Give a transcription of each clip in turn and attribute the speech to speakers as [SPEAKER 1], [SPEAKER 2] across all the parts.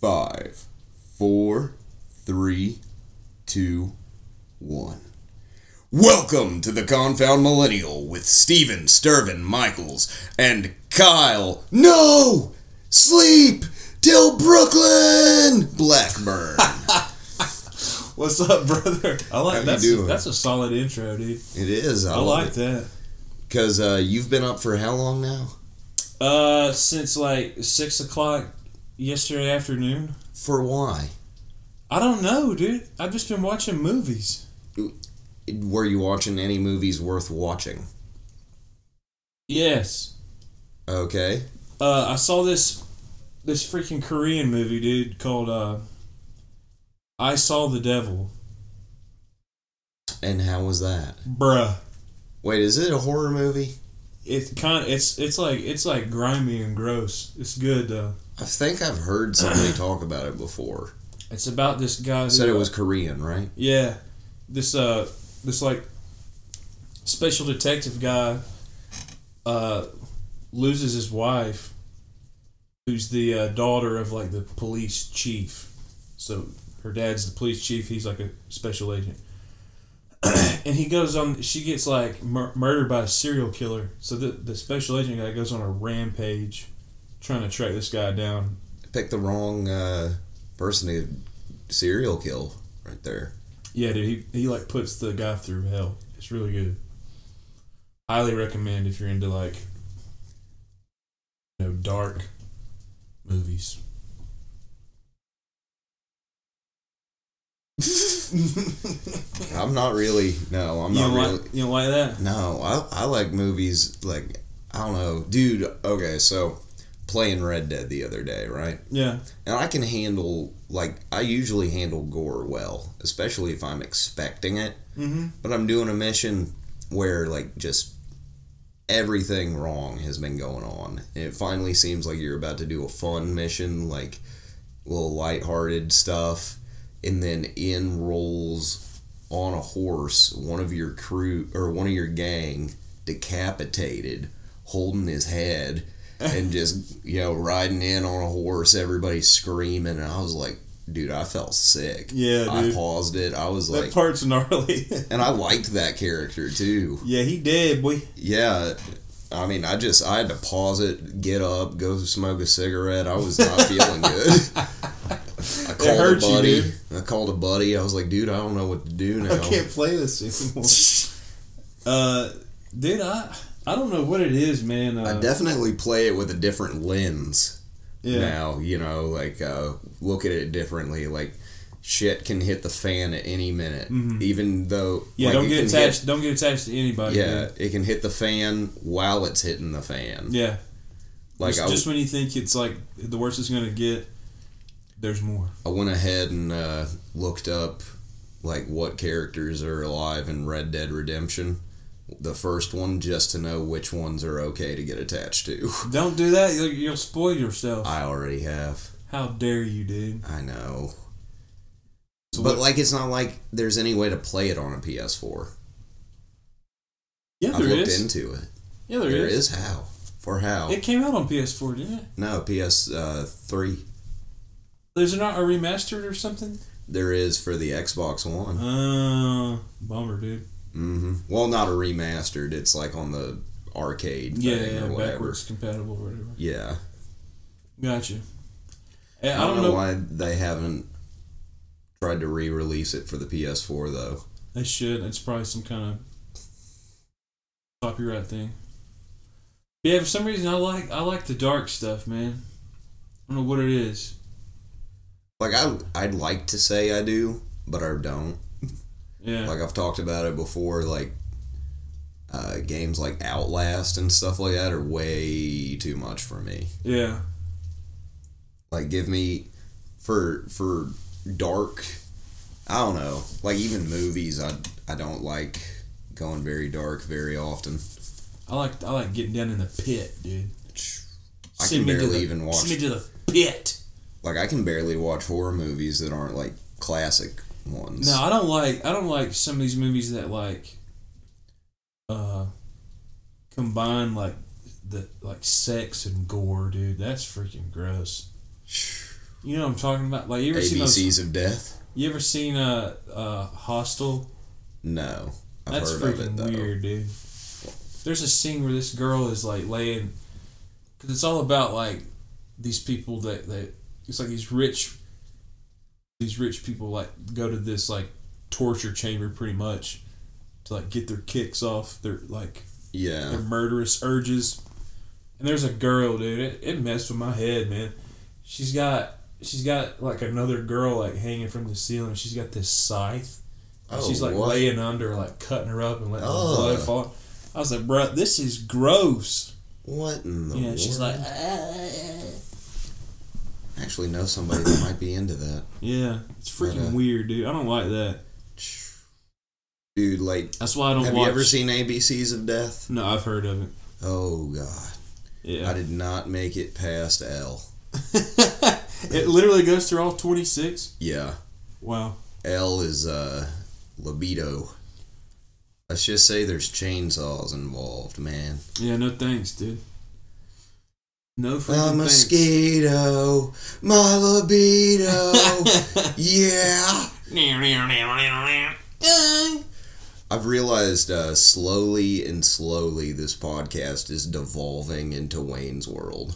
[SPEAKER 1] Five, four, three, two, one. Welcome to the Confound Millennial with Steven Sturvin Michaels and Kyle. No! Sleep till Brooklyn! Blackburn.
[SPEAKER 2] What's up, brother? I
[SPEAKER 1] How
[SPEAKER 2] like
[SPEAKER 1] you
[SPEAKER 2] that's
[SPEAKER 1] doing?
[SPEAKER 2] that's a solid intro, dude.
[SPEAKER 1] it is. I,
[SPEAKER 2] I like that.
[SPEAKER 1] Because uh, you've been up for how long now?
[SPEAKER 2] Uh, since like six o'clock yesterday afternoon.
[SPEAKER 1] For why?
[SPEAKER 2] I don't know, dude. I've just been watching movies.
[SPEAKER 1] Were you watching any movies worth watching?
[SPEAKER 2] Yes.
[SPEAKER 1] Okay.
[SPEAKER 2] Uh, I saw this this freaking Korean movie, dude, called uh, I Saw the Devil,
[SPEAKER 1] And how was that?
[SPEAKER 2] bruh.
[SPEAKER 1] Wait, is it a horror movie?
[SPEAKER 2] It's kind. It's it's like it's like grimy and gross. It's good though.
[SPEAKER 1] I think I've heard somebody talk about it before.
[SPEAKER 2] It's about this guy. who,
[SPEAKER 1] Said it
[SPEAKER 2] uh,
[SPEAKER 1] was Korean, right?
[SPEAKER 2] Yeah, this uh, this like special detective guy uh loses his wife, who's the uh, daughter of like the police chief. So her dad's the police chief. He's like a special agent, and he goes on. She gets like mur- murdered by a serial killer. So the the special agent guy goes on a rampage, trying to track this guy down.
[SPEAKER 1] Picked the wrong uh, person to serial kill right there.
[SPEAKER 2] Yeah, dude, he, he like puts the guy through hell. It's really good. Highly recommend if you're into like you know dark movies.
[SPEAKER 1] I'm not really. No, I'm
[SPEAKER 2] you
[SPEAKER 1] not
[SPEAKER 2] don't
[SPEAKER 1] really.
[SPEAKER 2] like you don't like that?
[SPEAKER 1] No, I, I like movies like I don't know, dude. Okay, so playing Red Dead the other day, right?
[SPEAKER 2] Yeah.
[SPEAKER 1] And I can handle like I usually handle gore well, especially if I'm expecting it.
[SPEAKER 2] Mm-hmm.
[SPEAKER 1] But I'm doing a mission where like just everything wrong has been going on. And it finally seems like you're about to do a fun mission, like little lighthearted stuff, and then in rolls on a horse, one of your crew or one of your gang decapitated, holding his head and just, you know, riding in on a horse, everybody screaming and I was like, dude, I felt sick.
[SPEAKER 2] Yeah,
[SPEAKER 1] I
[SPEAKER 2] dude.
[SPEAKER 1] paused it. I was
[SPEAKER 2] That
[SPEAKER 1] like
[SPEAKER 2] part's gnarly.
[SPEAKER 1] and I liked that character too.
[SPEAKER 2] yeah, he dead, boy.
[SPEAKER 1] Yeah, I mean, I just I had to pause it, get up, go smoke a cigarette. I was not feeling good. I called
[SPEAKER 2] hurt
[SPEAKER 1] a
[SPEAKER 2] you,
[SPEAKER 1] buddy.
[SPEAKER 2] dude.
[SPEAKER 1] I called a buddy. I was like, dude, I don't know what to do now.
[SPEAKER 2] I can't play this anymore. uh dude, I I don't know what it is, man.
[SPEAKER 1] I
[SPEAKER 2] Uh,
[SPEAKER 1] definitely play it with a different lens
[SPEAKER 2] yeah.
[SPEAKER 1] now. You know, like uh, look at it differently. Like shit can hit the fan at any minute. Even though
[SPEAKER 2] Mm-hmm. Yeah,
[SPEAKER 1] like,
[SPEAKER 2] don't
[SPEAKER 1] it
[SPEAKER 2] get
[SPEAKER 1] can
[SPEAKER 2] attached don't get attached to anybody.
[SPEAKER 1] Hit, yeah,
[SPEAKER 2] dude.
[SPEAKER 1] it can hit the fan while it's hitting the fan.
[SPEAKER 2] Yeah.
[SPEAKER 1] Like
[SPEAKER 2] just,
[SPEAKER 1] I,
[SPEAKER 2] just when you think it's like the worst it's gonna get, there's more.
[SPEAKER 1] I went ahead and uh, looked up like what characters are alive in Red Dead Redemption, the first one, just to know which ones are okay to get attached to.
[SPEAKER 2] Don't do that. You'll, you'll spoil yourself.
[SPEAKER 1] I already have.
[SPEAKER 2] How dare you, dude?
[SPEAKER 1] I know.
[SPEAKER 2] So
[SPEAKER 1] but
[SPEAKER 2] what-
[SPEAKER 1] like, it's not like there's any way to play it on a PS4.
[SPEAKER 2] yeah,
[SPEAKER 1] I've
[SPEAKER 2] there
[SPEAKER 1] looked
[SPEAKER 2] is.
[SPEAKER 1] into it.
[SPEAKER 2] Yeah,
[SPEAKER 1] There is. how for how?
[SPEAKER 2] It came out on PS4, didn't it?
[SPEAKER 1] no, PS uh, three.
[SPEAKER 2] There's not a remastered or something.
[SPEAKER 1] There is for the Xbox One.
[SPEAKER 2] Uh, bummer, dude.
[SPEAKER 1] hmm Well, not a remastered. It's like on the arcade.
[SPEAKER 2] Yeah,
[SPEAKER 1] thing
[SPEAKER 2] yeah,
[SPEAKER 1] or whatever.
[SPEAKER 2] backwards compatible or whatever.
[SPEAKER 1] Yeah.
[SPEAKER 2] Gotcha. Eh,
[SPEAKER 1] I don't know, why they haven't tried to re-release it for the PS4 though.
[SPEAKER 2] They should. It's probably some kind of copyright thing. Yeah, for some reason I like I like the dark stuff, man. I don't know what it is.
[SPEAKER 1] Like I, I'd like to say I do, but I don't.
[SPEAKER 2] Yeah.
[SPEAKER 1] Like I've talked about it before. Like uh, games like Outlast and stuff like that are way too much for me.
[SPEAKER 2] yeah.
[SPEAKER 1] Like give me for for dark. I don't know. Like even movies, I I don't like going very dark very often.
[SPEAKER 2] I like I like getting down in the pit, dude.
[SPEAKER 1] I can
[SPEAKER 2] Send me to
[SPEAKER 1] barely
[SPEAKER 2] the-
[SPEAKER 1] even watch
[SPEAKER 2] Send me to the pit.
[SPEAKER 1] Like I can barely watch horror movies that aren't like classic ones.
[SPEAKER 2] No, I don't like I don't like some of these movies that like uh combine like the like sex and gore, dude. That's freaking gross. You know what I'm talking about? Like you ever seen those?
[SPEAKER 1] ABCs of death?
[SPEAKER 2] You ever seen a uh, uh, Hostel?
[SPEAKER 1] No. I've
[SPEAKER 2] That's
[SPEAKER 1] heard of
[SPEAKER 2] freaking
[SPEAKER 1] it though.
[SPEAKER 2] weird, dude. There's a scene where this girl is like laying, because it's all about like these people that that it's like these rich, these rich people like go to this like torture chamber pretty much to like get their kicks off their like their
[SPEAKER 1] Yeah.
[SPEAKER 2] murderous urges. And there's a girl, dude. It, it messed with my head, man. She's got she's got like another girl like hanging from the ceiling. She's got this scythe. And
[SPEAKER 1] Oh,
[SPEAKER 2] she's like
[SPEAKER 1] what?
[SPEAKER 2] laying under, like cutting her up and letting
[SPEAKER 1] Oh.
[SPEAKER 2] the blood fall. I was like, bruh, this is gross.
[SPEAKER 1] What in the
[SPEAKER 2] Yeah,
[SPEAKER 1] world?
[SPEAKER 2] she's like, "Ah."
[SPEAKER 1] I actually know somebody that might be into that.
[SPEAKER 2] yeah, it's freaking
[SPEAKER 1] But, uh,
[SPEAKER 2] weird, dude. I don't like that.
[SPEAKER 1] Dude, like
[SPEAKER 2] That's why I don't
[SPEAKER 1] have
[SPEAKER 2] watch.
[SPEAKER 1] you ever seen ABCs of death?
[SPEAKER 2] No, I've heard of it.
[SPEAKER 1] Oh god. I
[SPEAKER 2] Yeah,
[SPEAKER 1] did not make it past L.
[SPEAKER 2] it literally goes through all twenty six.
[SPEAKER 1] Yeah.
[SPEAKER 2] Wow.
[SPEAKER 1] L is uh libido. Let's just say there's chainsaws involved, man.
[SPEAKER 2] Yeah, no thanks, dude. No
[SPEAKER 1] A
[SPEAKER 2] freaking thanks.
[SPEAKER 1] mosquito, my libido. yeah. I've realized uh, slowly and slowly this podcast is devolving into Wayne's World.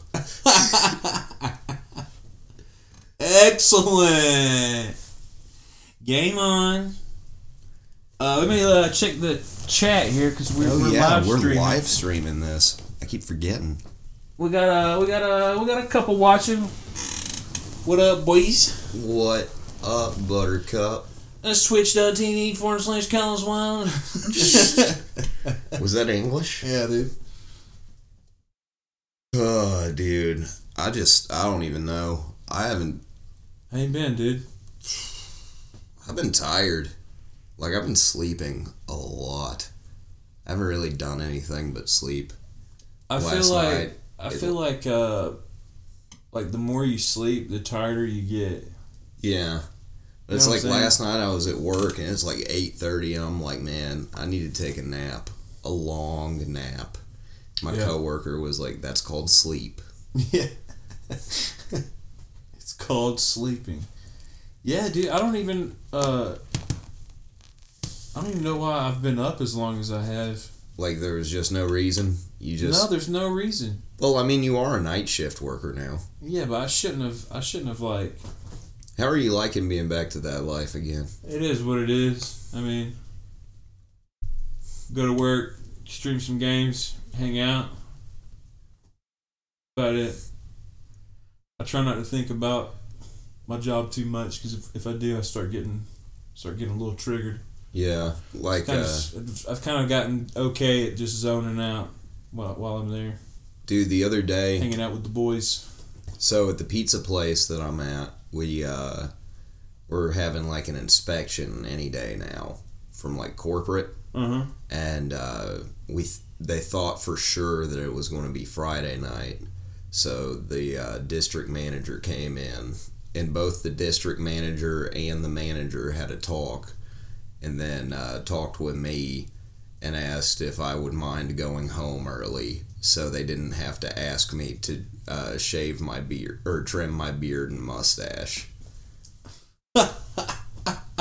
[SPEAKER 2] Excellent. Game on. Uh, let me uh, check the chat here because we're, we're live
[SPEAKER 1] Oh, we're
[SPEAKER 2] streaming.
[SPEAKER 1] live streaming this. I keep forgetting.
[SPEAKER 2] We got a we got a we got a couple watching. What up, boys?
[SPEAKER 1] What up, Buttercup?
[SPEAKER 2] That's twitch.tv forward slash Collins Wild.
[SPEAKER 1] Was that English?
[SPEAKER 2] yeah, dude.
[SPEAKER 1] Oh, dude. I just, I don't even know. I haven't,
[SPEAKER 2] How you been, dude?
[SPEAKER 1] I've been tired. Like, I've been sleeping a lot. I haven't really done anything but sleep.
[SPEAKER 2] I
[SPEAKER 1] Last
[SPEAKER 2] feel like
[SPEAKER 1] night,
[SPEAKER 2] I
[SPEAKER 1] it-
[SPEAKER 2] feel like uh like the more you sleep, the tireder you get.
[SPEAKER 1] Yeah. But it's
[SPEAKER 2] You know
[SPEAKER 1] like
[SPEAKER 2] what I'm saying?
[SPEAKER 1] last night I was at work and it's like 8:30 and I'm like, "Man, I need to take a nap, a long nap." My
[SPEAKER 2] Yeah.
[SPEAKER 1] coworker was like, "That's called sleep."
[SPEAKER 2] Yeah. it's called sleeping. Yeah, dude, I don't even uh I don't even know why I've been up as long as I have.
[SPEAKER 1] Like there was just no reason. You just
[SPEAKER 2] no, there's no reason.
[SPEAKER 1] Well, I mean, you are a night shift worker now.
[SPEAKER 2] Yeah, but I shouldn't have I shouldn't have like
[SPEAKER 1] How are you liking being back to that life again?
[SPEAKER 2] it is what it is. I mean go to work, stream some games, hang out. About it. I try not to think about my job too much because if, if I do, I start getting start getting a little triggered.
[SPEAKER 1] Yeah. Like
[SPEAKER 2] Kinda
[SPEAKER 1] uh,
[SPEAKER 2] s- I've kind of gotten okay at just zoning out while, while I'm there,
[SPEAKER 1] dude, the other day,
[SPEAKER 2] hanging out with the boys.
[SPEAKER 1] So at the pizza place that I'm at, we uh, we're having like an inspection any day now from like corporate,
[SPEAKER 2] Uh huh.
[SPEAKER 1] and uh, we th- they thought for sure that it was going to be Friday night. So the uh, district manager came in, and both the district manager and the manager had a talk, and then uh, talked with me and asked if I would mind going home early so they didn't have to ask me to uh, shave my beard or trim my beard and mustache.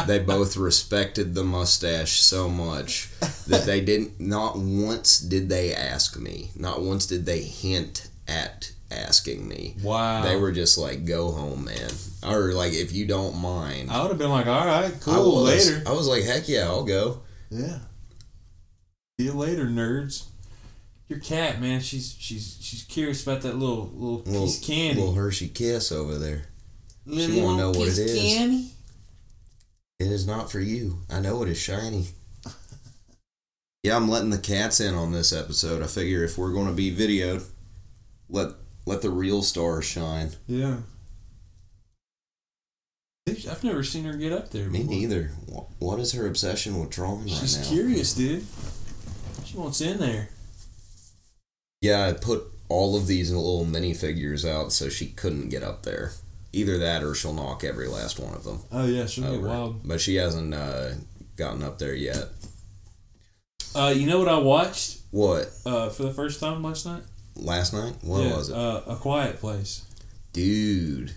[SPEAKER 1] they both respected the mustache so much that they didn't not once did they ask me. Not once did they hint at asking me.
[SPEAKER 2] Wow.
[SPEAKER 1] They were just like go home, man. Or like if you don't mind.
[SPEAKER 2] I would have been like, all right, cool,
[SPEAKER 1] I was,
[SPEAKER 2] later.
[SPEAKER 1] I was like heck yeah, I'll go.
[SPEAKER 2] Yeah. See you later, nerds. Your cat, man, she's she's she's curious about that little little,
[SPEAKER 1] Little,
[SPEAKER 2] piece of candy.
[SPEAKER 1] little Hershey kiss over there.
[SPEAKER 2] Little
[SPEAKER 1] she won't know
[SPEAKER 2] little
[SPEAKER 1] what
[SPEAKER 2] piece
[SPEAKER 1] it
[SPEAKER 2] of
[SPEAKER 1] is.
[SPEAKER 2] Candy.
[SPEAKER 1] It is not for you. I know it is shiny. yeah, I'm letting the cats in on this episode. I figure if we're going to be videoed, let let the real stars shine.
[SPEAKER 2] Yeah. I've never seen her get up there.
[SPEAKER 1] Me
[SPEAKER 2] before.
[SPEAKER 1] neither. Wh- What is her obsession with drawing right
[SPEAKER 2] She's
[SPEAKER 1] now?
[SPEAKER 2] curious, dude. She wants in there.
[SPEAKER 1] Yeah, I put all of these little minifigures out so she couldn't get up there. Either that, or she'll knock every last one of them.
[SPEAKER 2] Oh yeah, she'll get
[SPEAKER 1] over.
[SPEAKER 2] wild.
[SPEAKER 1] But she hasn't uh, gotten up there yet.
[SPEAKER 2] Uh, you know what I watched
[SPEAKER 1] What?
[SPEAKER 2] uh, for the first time last night? uh,
[SPEAKER 1] Last night? What
[SPEAKER 2] yeah,
[SPEAKER 1] was it?
[SPEAKER 2] Uh, a Quiet Place.
[SPEAKER 1] Dude.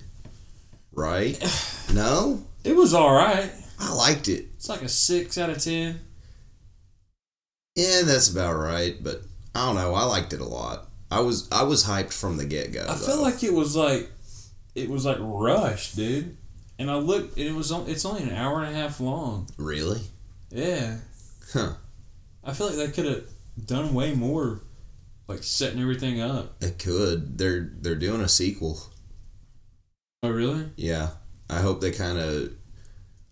[SPEAKER 1] right? No,
[SPEAKER 2] It was all right.
[SPEAKER 1] I liked it.
[SPEAKER 2] It's like a six out of ten.
[SPEAKER 1] Yeah, that's about right. But I don't know. I liked it a lot. I was I was hyped from the get go.
[SPEAKER 2] I feel like it was like it was like rushed, dude. And I looked, and it was on, it's only an hour and a half long.
[SPEAKER 1] really,
[SPEAKER 2] Yeah,
[SPEAKER 1] huh?
[SPEAKER 2] I feel like they could have done way more, like setting everything up.
[SPEAKER 1] It could. They're they're doing a sequel.
[SPEAKER 2] Oh, really?
[SPEAKER 1] Yeah, I hope they kind of.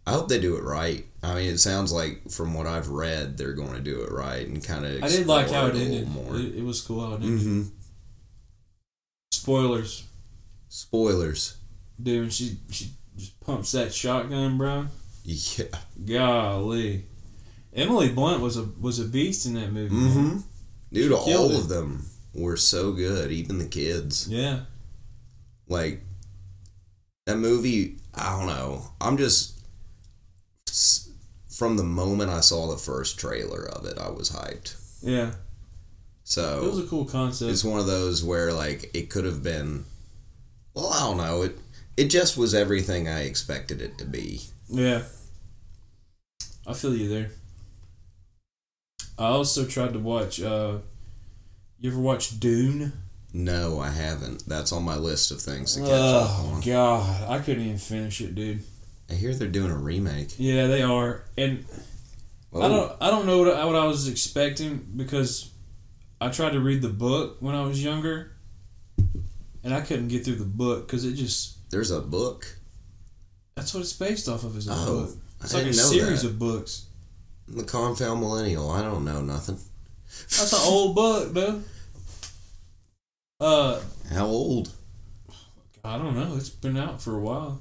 [SPEAKER 1] I hope they do it right. I mean, it sounds like from what I've read, they're going to do it right and kind of.
[SPEAKER 2] I did like how it ended. It, it was cool how it ended.
[SPEAKER 1] Mm-hmm.
[SPEAKER 2] Spoilers,
[SPEAKER 1] Spoilers.
[SPEAKER 2] dude. When she she just pumps that shotgun, bro.
[SPEAKER 1] Yeah.
[SPEAKER 2] Golly, Emily Blunt was a was a beast in that movie. man.
[SPEAKER 1] Mm-hmm. Dude, all
[SPEAKER 2] killed it.
[SPEAKER 1] of them were so good. Even the kids.
[SPEAKER 2] Yeah,
[SPEAKER 1] like that movie i don't know i'm just s- from the moment i saw the first trailer of it i was hyped
[SPEAKER 2] yeah. It was
[SPEAKER 1] so
[SPEAKER 2] a cool concept.
[SPEAKER 1] it's one of those where like it could have been well i don't know it it just was everything i expected it to be
[SPEAKER 2] Yeah. I feel you there. I also tried to watch uh you ever watch Dune?
[SPEAKER 1] no i haven't that's on my list of things to catch up
[SPEAKER 2] Oh
[SPEAKER 1] on
[SPEAKER 2] god, I couldn't even finish it, dude.
[SPEAKER 1] i hear they're doing a remake
[SPEAKER 2] Yeah, they are. And I
[SPEAKER 1] Oh.
[SPEAKER 2] don't I don't know what I, what I was expecting because I tried to read the book when I was younger and I couldn't get through the book cuz it just
[SPEAKER 1] there's a book
[SPEAKER 2] that's what it's based off of is a
[SPEAKER 1] Oh,
[SPEAKER 2] book.
[SPEAKER 1] I
[SPEAKER 2] It's like a
[SPEAKER 1] didn't know
[SPEAKER 2] series
[SPEAKER 1] that.
[SPEAKER 2] of books.
[SPEAKER 1] the confound millennial i don't know nothing
[SPEAKER 2] That's an old book, though. Uh
[SPEAKER 1] how old
[SPEAKER 2] I don't know. It's been out for a while.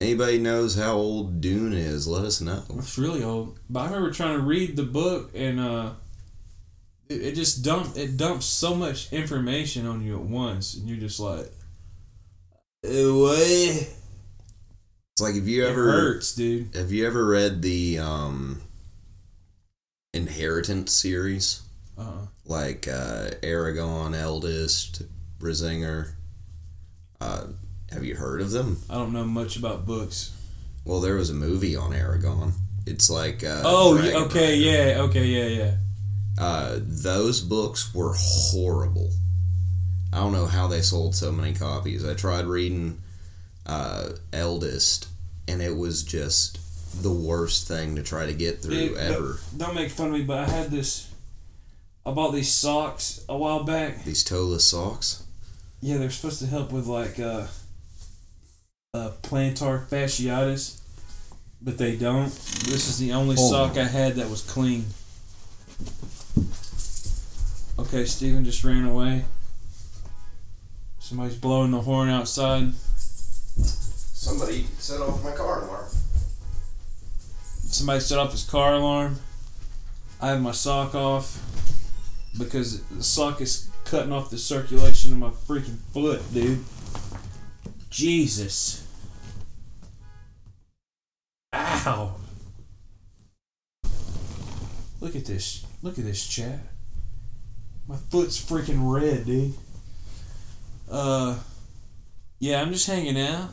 [SPEAKER 1] Anybody knows how old Dune is, let us know.
[SPEAKER 2] It's really old. But I remember trying to read the book and uh it, it just dumped it dumps so much information on you at once and you're just like "Eh, what?
[SPEAKER 1] It's like have you
[SPEAKER 2] It
[SPEAKER 1] ever
[SPEAKER 2] hurts, dude.
[SPEAKER 1] have you ever read the um Inheritance series?
[SPEAKER 2] Uh
[SPEAKER 1] Like uh Aragon, Eldest, Brisinger. Uh have you heard of them?
[SPEAKER 2] I don't know much about books.
[SPEAKER 1] Well there was a movie on Aragon. It's like uh
[SPEAKER 2] oh, yeah,
[SPEAKER 1] Dragon
[SPEAKER 2] okay,
[SPEAKER 1] Rider.
[SPEAKER 2] yeah, okay, yeah, yeah.
[SPEAKER 1] Uh those books were horrible. I don't know how they sold so many copies. I tried reading uh, Eldest, and it was just the worst thing to try to get through
[SPEAKER 2] Dude,
[SPEAKER 1] ever.
[SPEAKER 2] Don't make fun of me, but I had this I bought these socks a while back
[SPEAKER 1] These toeless socks.
[SPEAKER 2] Yeah, they're supposed to help with like uh, uh, plantar fasciitis, but they don't. This is the only
[SPEAKER 1] Oh.
[SPEAKER 2] sock I had that was clean. Okay, Steven just ran away. Somebody's blowing the horn outside.
[SPEAKER 1] Somebody set off my car alarm.
[SPEAKER 2] Somebody set off his car alarm. I have my sock off because the sock is cutting off the circulation of my freaking foot, dude. Jesus. Ow. Look at this. Look at this chat. My foot's freaking red, dude. Uh yeah, I'm just hanging out.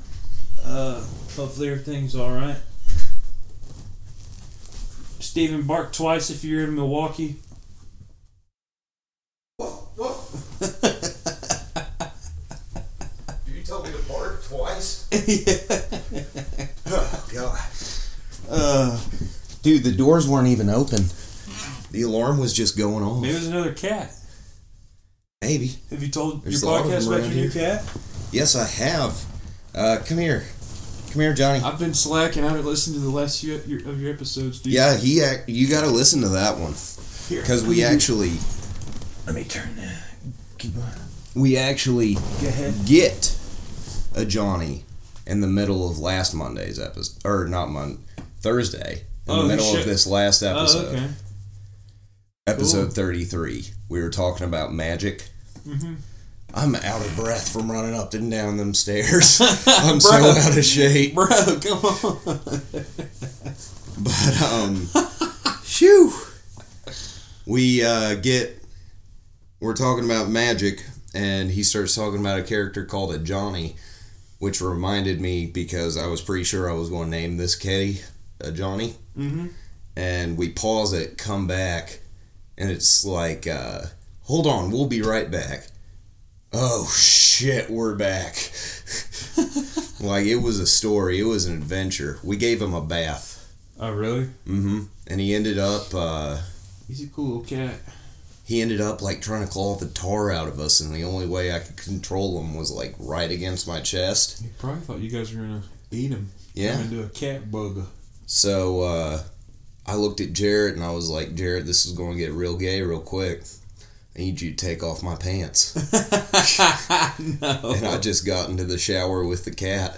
[SPEAKER 2] Uh hopefully everything's alright. Stephen, bark twice if you're in Milwaukee.
[SPEAKER 1] You told me to bark twice. Oh,
[SPEAKER 2] Uh,
[SPEAKER 1] Dude, the doors weren't even open. The alarm was just going off.
[SPEAKER 2] maybe there's another cat.
[SPEAKER 1] Maybe.
[SPEAKER 2] Have you told
[SPEAKER 1] There's a
[SPEAKER 2] your
[SPEAKER 1] lot of
[SPEAKER 2] podcast
[SPEAKER 1] them
[SPEAKER 2] about
[SPEAKER 1] around
[SPEAKER 2] your new cat?
[SPEAKER 1] Yes, I have. Uh, come here. Come here, Johnny.
[SPEAKER 2] I've been slacking. I haven't listened to the last few of your, of your episodes, dude.
[SPEAKER 1] Yeah, he. Ac- you got to listen to that one
[SPEAKER 2] Here.
[SPEAKER 1] because we actually
[SPEAKER 2] Let me turn that. Keep on.
[SPEAKER 1] we actually
[SPEAKER 2] Go ahead.
[SPEAKER 1] get a Johnny in the middle of last Monday's episode, or not Mon Thursday, in
[SPEAKER 2] Oh,
[SPEAKER 1] the middle
[SPEAKER 2] shit.
[SPEAKER 1] of this last
[SPEAKER 2] Oh,
[SPEAKER 1] episode,
[SPEAKER 2] okay.
[SPEAKER 1] episode
[SPEAKER 2] Cool.
[SPEAKER 1] thirty three. We were talking about magic.
[SPEAKER 2] Mhm.
[SPEAKER 1] I'm out of breath from running up and down them stairs. I'm so out of shape,
[SPEAKER 2] Bro, come on.
[SPEAKER 1] but um, shoo. We uh, get. We're talking about magic, and he starts talking about a character called a Johnny, which reminded me because I was pretty sure I was going to name this Kitty uh, Johnny.
[SPEAKER 2] Mm-hmm.
[SPEAKER 1] And we pause it, come back, and it's like, uh, hold on, we'll be right back. Oh shit, we're back. like it was a story, it was an adventure. We gave him a bath.
[SPEAKER 2] Oh, really?
[SPEAKER 1] hmm And he ended up uh,
[SPEAKER 2] He's a cool cat.
[SPEAKER 1] he ended up like trying to claw the tar out of us, and the only way I could control him was like right against my chest.
[SPEAKER 2] You probably thought you guys were gonna eat him.
[SPEAKER 1] Yeah.
[SPEAKER 2] Turn into a cat bug.
[SPEAKER 1] So uh, I looked at Jarrett and I was like, Jarrett, this is going to get real gay real quick. I need you to take off my pants.
[SPEAKER 2] no.
[SPEAKER 1] and I just got into the shower with the cat.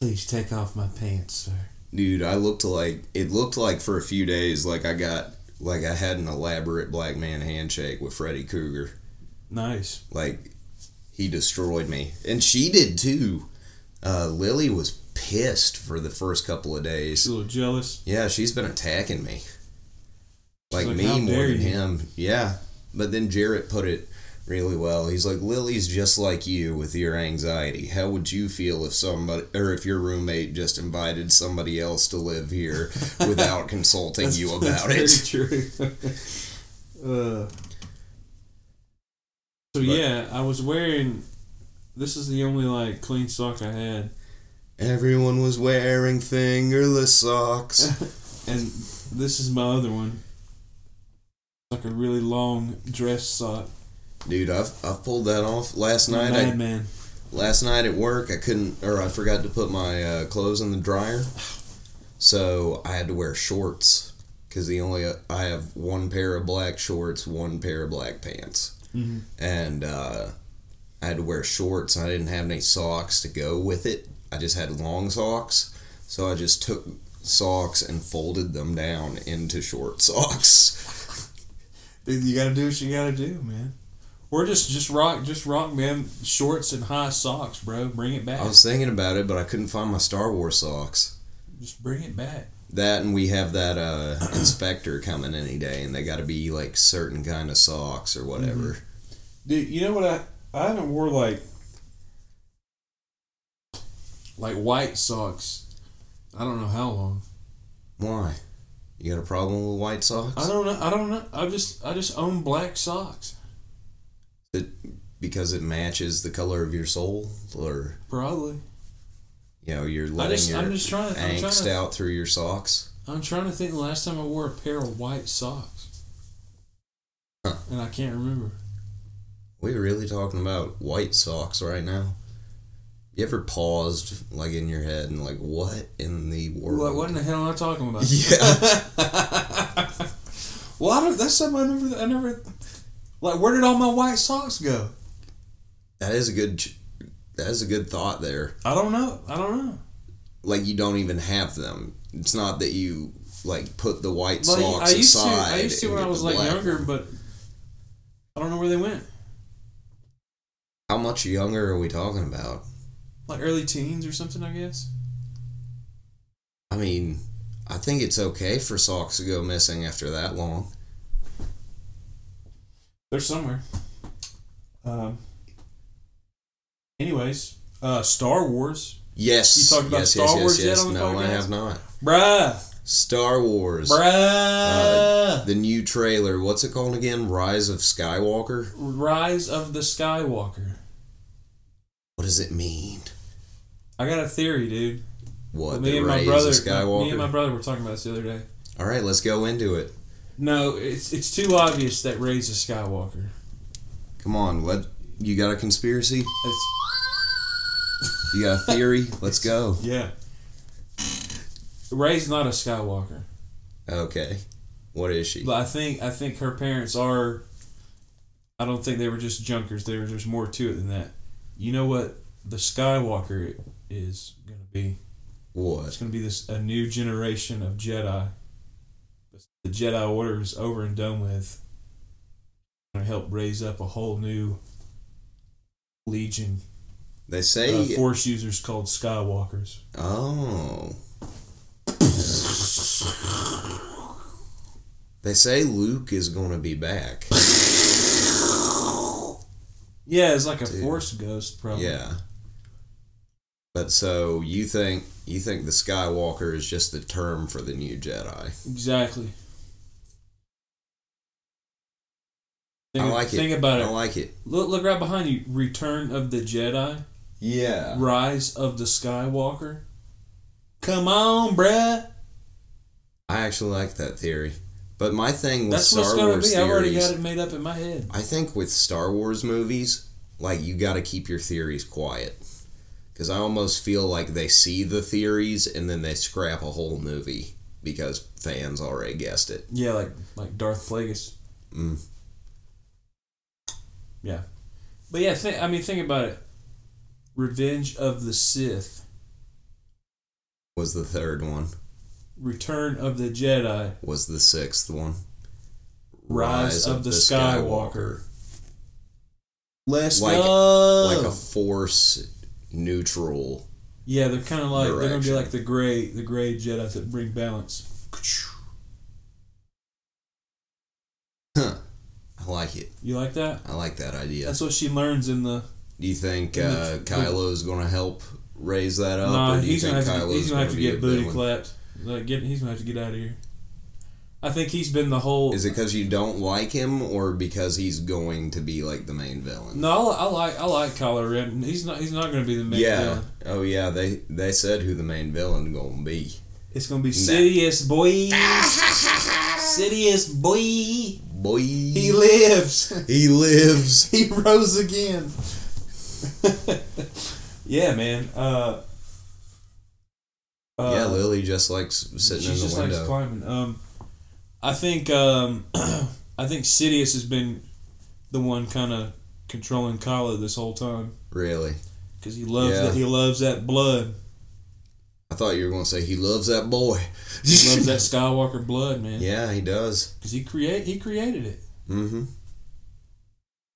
[SPEAKER 2] Please take off my pants, sir.
[SPEAKER 1] Dude, I looked like it looked like for a few days like I got like I had an elaborate black man handshake with Freddy Cougar.
[SPEAKER 2] Nice.
[SPEAKER 1] Like he destroyed me. And she did too. Uh, Lily was pissed for the first couple of days.
[SPEAKER 2] She's a little jealous.
[SPEAKER 1] Yeah, she's been attacking me. Like,
[SPEAKER 2] like, "How
[SPEAKER 1] me more
[SPEAKER 2] dare
[SPEAKER 1] than
[SPEAKER 2] you."
[SPEAKER 1] him. Yeah. But then Jarrett put it really well. He's like, Lily's just like you with your anxiety. How would you feel if somebody or if your roommate just invited somebody else to live here without consulting you about it?
[SPEAKER 2] that's Very true. uh, so yeah, I was wearing. This is the only like clean sock I had,
[SPEAKER 1] Everyone was wearing fingerless socks.
[SPEAKER 2] and this is my other one. Like a really long dress sock.
[SPEAKER 1] Dude, I've I've pulled that off
[SPEAKER 2] Oh,
[SPEAKER 1] last night. I,
[SPEAKER 2] Madman.
[SPEAKER 1] last night at work i couldn't or i forgot to put my uh, clothes in the dryer so i had to wear shorts because the only uh, i have one pair of black shorts one pair of black pants
[SPEAKER 2] Mhm.
[SPEAKER 1] and uh, i had to wear shorts and i didn't have any socks to go with it i just had long socks so i just took socks and folded them down into short socks
[SPEAKER 2] Dude, you gotta do what you gotta do, man. Or just just rock, just rock, man. Shorts and high socks, bro. Bring it back.
[SPEAKER 1] i was thinking about it but i couldn't find my star wars socks
[SPEAKER 2] just bring it back.
[SPEAKER 1] That and we have that uh, inspector coming any day, and they got to be like certain kind of socks or whatever.
[SPEAKER 2] Dude, you know what I I haven't wore like like white socks. I don't know how long.
[SPEAKER 1] Why? You got a problem with white socks?
[SPEAKER 2] Mm-hmm. I don't know. I don't know. I just I just own black socks,
[SPEAKER 1] It, because it matches the color of your soul, or
[SPEAKER 2] probably.
[SPEAKER 1] you know, you're
[SPEAKER 2] I
[SPEAKER 1] letting
[SPEAKER 2] just
[SPEAKER 1] your
[SPEAKER 2] I'm just trying to I'm trying
[SPEAKER 1] angst
[SPEAKER 2] to,
[SPEAKER 1] out through your socks.
[SPEAKER 2] I'm trying to think the last time I wore a pair of white socks.
[SPEAKER 1] Huh.
[SPEAKER 2] And I can't remember.
[SPEAKER 1] We really talking about white socks right now? You ever paused like in your head and like, what in the world?
[SPEAKER 2] What, what in the hell am I talking about?
[SPEAKER 1] Yeah,
[SPEAKER 2] Well, I don't, that's something I never, I never, like, where did all my white socks go?
[SPEAKER 1] that is a good. ch- That is a good thought there.
[SPEAKER 2] I don't know. I don't know.
[SPEAKER 1] like you don't even have them. It's not that you like put the white
[SPEAKER 2] Like,
[SPEAKER 1] socks
[SPEAKER 2] I used to,
[SPEAKER 1] aside.
[SPEAKER 2] I used to
[SPEAKER 1] and
[SPEAKER 2] when
[SPEAKER 1] get
[SPEAKER 2] I was
[SPEAKER 1] the
[SPEAKER 2] like
[SPEAKER 1] black
[SPEAKER 2] younger,
[SPEAKER 1] one.
[SPEAKER 2] but I don't know where they went.
[SPEAKER 1] How much younger are we talking about?
[SPEAKER 2] Like early teens or something, I guess.
[SPEAKER 1] I mean, I think it's okay for socks to go missing after that long.
[SPEAKER 2] They're somewhere. Um. Anyways, uh, Star Wars,
[SPEAKER 1] Yes.
[SPEAKER 2] You talking about
[SPEAKER 1] yes,
[SPEAKER 2] Star
[SPEAKER 1] yes,
[SPEAKER 2] Wars yet
[SPEAKER 1] yes, yes.
[SPEAKER 2] on the
[SPEAKER 1] No, I
[SPEAKER 2] podcast?
[SPEAKER 1] have not.
[SPEAKER 2] bruh,
[SPEAKER 1] Star Wars.
[SPEAKER 2] bruh.
[SPEAKER 1] The new trailer. What's it called again? Rise of Skywalker.
[SPEAKER 2] Rise of the Skywalker.
[SPEAKER 1] What does it mean?
[SPEAKER 2] I got a theory, dude.
[SPEAKER 1] What?
[SPEAKER 2] me
[SPEAKER 1] that
[SPEAKER 2] and my
[SPEAKER 1] Rey
[SPEAKER 2] brother,
[SPEAKER 1] is a Skywalker.
[SPEAKER 2] me and my brother were talking about this the other day.
[SPEAKER 1] All right, let's go into it.
[SPEAKER 2] No, it's it's too obvious that Ray's a Skywalker.
[SPEAKER 1] Come on, let you got a conspiracy?
[SPEAKER 2] It's
[SPEAKER 1] You got a theory? let's go.
[SPEAKER 2] yeah. Ray's not a Skywalker,
[SPEAKER 1] Okay. What is she?
[SPEAKER 2] but I think I think her parents are. I don't think they were just junkers. There, there's more to it than that. You know what the Skywalker is gonna be?
[SPEAKER 1] What?
[SPEAKER 2] It's gonna be this a new generation of Jedi. The Jedi Order is over and done with. Gonna help raise up a whole new legion
[SPEAKER 1] They
[SPEAKER 2] uh,
[SPEAKER 1] say
[SPEAKER 2] Force users called Skywalkers.
[SPEAKER 1] oh. They say Luke is going to be back.
[SPEAKER 2] Yeah, it's like a
[SPEAKER 1] Dude.
[SPEAKER 2] forest ghost, probably.
[SPEAKER 1] Yeah. But so you think you think the Skywalker is just the term for the new Jedi?
[SPEAKER 2] Exactly. Think,
[SPEAKER 1] I like
[SPEAKER 2] think
[SPEAKER 1] it.
[SPEAKER 2] about it.
[SPEAKER 1] I like it.
[SPEAKER 2] look, look right behind you. Return of the Jedi.
[SPEAKER 1] Yeah.
[SPEAKER 2] Rise of the Skywalker. Come on, bruh.
[SPEAKER 1] I actually like that theory. But my thing with
[SPEAKER 2] That's
[SPEAKER 1] Star
[SPEAKER 2] what it's gonna
[SPEAKER 1] Wars
[SPEAKER 2] be. I've already
[SPEAKER 1] theories,
[SPEAKER 2] got it made up in my head.
[SPEAKER 1] I think with Star Wars movies, like you got to keep your theories quiet. Cuz I almost feel like they see the theories and then they scrap a whole movie because fans already guessed it.
[SPEAKER 2] Yeah, like like Darth Plagueis.
[SPEAKER 1] Mm.
[SPEAKER 2] Yeah, but yeah, think, I mean, think about it. Revenge of the Sith,
[SPEAKER 1] Was the third one?
[SPEAKER 2] Return of the Jedi,
[SPEAKER 1] Was the sixth one?
[SPEAKER 2] Rise, of, the, Skywalker. Let's
[SPEAKER 1] Like-
[SPEAKER 2] go.
[SPEAKER 1] like a force neutral.
[SPEAKER 2] yeah, they're kind of like they're gonna be
[SPEAKER 1] direction.
[SPEAKER 2] like the gray the gray Jedi that bring balance.
[SPEAKER 1] Huh. I like it.
[SPEAKER 2] You like that?
[SPEAKER 1] I like that idea.
[SPEAKER 2] That's what she learns in the.
[SPEAKER 1] do you think
[SPEAKER 2] In the-
[SPEAKER 1] uh, Kylo's going to help raise that up,
[SPEAKER 2] nah,
[SPEAKER 1] or do you
[SPEAKER 2] he's
[SPEAKER 1] think
[SPEAKER 2] gonna, have to,
[SPEAKER 1] Kylo's
[SPEAKER 2] he's gonna have to
[SPEAKER 1] be a
[SPEAKER 2] get booty
[SPEAKER 1] villain?
[SPEAKER 2] clapped. Like, get, he's gonna have to get out of here. I think he's been the whole.
[SPEAKER 1] Is it because you don't like him, or because he's going to be like the main villain?
[SPEAKER 2] No, I, li- I like I like Kylo Ren. He's not he's not going to be the main
[SPEAKER 1] yeah.
[SPEAKER 2] villain.
[SPEAKER 1] Oh yeah. They they said who the main villain going to be.
[SPEAKER 2] It's going to be Sidious, boy. Sidious, boy.
[SPEAKER 1] Boy,
[SPEAKER 2] He lives.
[SPEAKER 1] he lives.
[SPEAKER 2] he rose again. yeah, man. Uh, uh,
[SPEAKER 1] yeah, Lily just likes sitting
[SPEAKER 2] she
[SPEAKER 1] in the
[SPEAKER 2] Uh, just
[SPEAKER 1] window.
[SPEAKER 2] likes climbing. Um, I think um, I think Sidious has been the one kind of controlling Kylo this whole time
[SPEAKER 1] really.
[SPEAKER 2] because he loves
[SPEAKER 1] Yeah.
[SPEAKER 2] that he loves that blood.
[SPEAKER 1] I thought you were going to say he loves that boy.
[SPEAKER 2] He loves that Skywalker blood, man.
[SPEAKER 1] Yeah, he does.
[SPEAKER 2] Cause he create he created it.
[SPEAKER 1] Mm-hmm.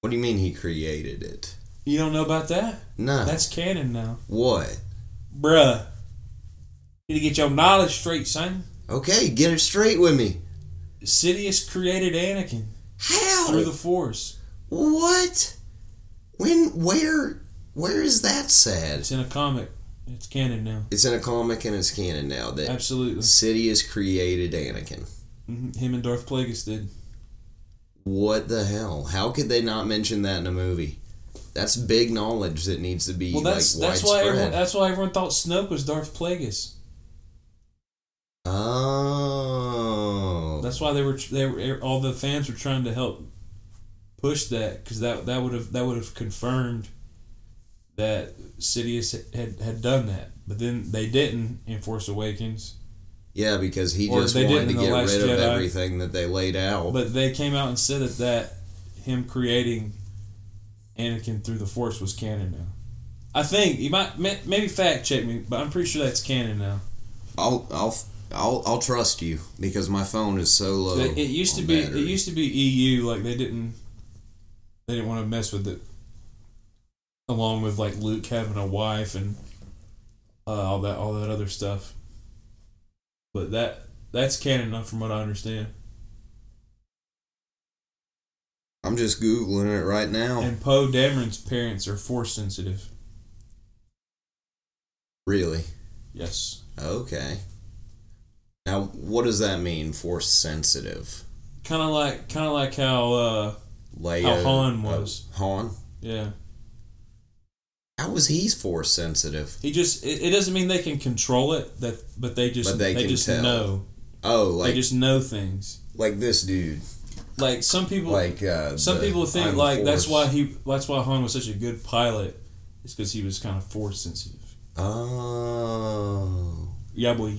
[SPEAKER 1] What do you mean he created it?
[SPEAKER 2] You don't know about that?
[SPEAKER 1] No.
[SPEAKER 2] That's canon now,
[SPEAKER 1] what?
[SPEAKER 2] bruh. You need to get your knowledge straight, son.
[SPEAKER 1] Okay, get it straight with me.
[SPEAKER 2] Sidious created Anakin
[SPEAKER 1] How?
[SPEAKER 2] through the Force.
[SPEAKER 1] what? When? Where? Where is that said?
[SPEAKER 2] It's in a comic. It's canon now.
[SPEAKER 1] It's in a comic and it's canon now that
[SPEAKER 2] Absolutely.
[SPEAKER 1] Sidious created Anakin.
[SPEAKER 2] Mhm. Him and Darth Plagueis did.
[SPEAKER 1] What the hell? How could they not mention that in a movie? That's big knowledge that needs to be
[SPEAKER 2] Well, that's
[SPEAKER 1] like
[SPEAKER 2] that's why
[SPEAKER 1] widespread.
[SPEAKER 2] everyone that's why everyone thought Snoke was Darth Plagueis.
[SPEAKER 1] oh.
[SPEAKER 2] That's why they were they were all the fans were trying to help push that because that that would have that would have confirmed that Sidious had had done that, but then they didn't in Force Awakens.
[SPEAKER 1] Yeah, because he
[SPEAKER 2] Or
[SPEAKER 1] just
[SPEAKER 2] they
[SPEAKER 1] wanted
[SPEAKER 2] didn't
[SPEAKER 1] to
[SPEAKER 2] in The
[SPEAKER 1] get rid
[SPEAKER 2] Last
[SPEAKER 1] of
[SPEAKER 2] Jedi.
[SPEAKER 1] everything that they laid out.
[SPEAKER 2] But they came out and said that that him creating Anakin through the Force was canon now. I think you might ma- maybe fact check me, but I'm pretty sure that's canon now.
[SPEAKER 1] I'll, I'll, I'll, I'll trust you because my phone is so low.
[SPEAKER 2] They- it used to
[SPEAKER 1] on
[SPEAKER 2] be
[SPEAKER 1] battery.
[SPEAKER 2] it used to be EU like they didn't they didn't want to mess with it along with like Luke having a wife and uh, all that all that other stuff but that that's canon enough from what I understand
[SPEAKER 1] I'm just googling it right now.
[SPEAKER 2] and Poe Dameron's parents are force sensitive
[SPEAKER 1] really?
[SPEAKER 2] yes
[SPEAKER 1] Okay. Now, what does that mean? Force sensitive.
[SPEAKER 2] kind of like kind of like how uh
[SPEAKER 1] Leia.
[SPEAKER 2] How Han was.
[SPEAKER 1] Uh, Han.
[SPEAKER 2] yeah
[SPEAKER 1] How was he force sensitive?
[SPEAKER 2] he just it, it doesn't mean they can control it that but they just
[SPEAKER 1] But
[SPEAKER 2] they,
[SPEAKER 1] they can
[SPEAKER 2] just
[SPEAKER 1] tell.
[SPEAKER 2] know
[SPEAKER 1] Oh,
[SPEAKER 2] they
[SPEAKER 1] like
[SPEAKER 2] just know things
[SPEAKER 1] like this dude.
[SPEAKER 2] like some people
[SPEAKER 1] Like uh,
[SPEAKER 2] Some
[SPEAKER 1] the
[SPEAKER 2] people think
[SPEAKER 1] I'm
[SPEAKER 2] like that's
[SPEAKER 1] Force.
[SPEAKER 2] why he that's why Han was such a good pilot. It's because he was kind of force sensitive.
[SPEAKER 1] Oh.
[SPEAKER 2] Yeah, boy.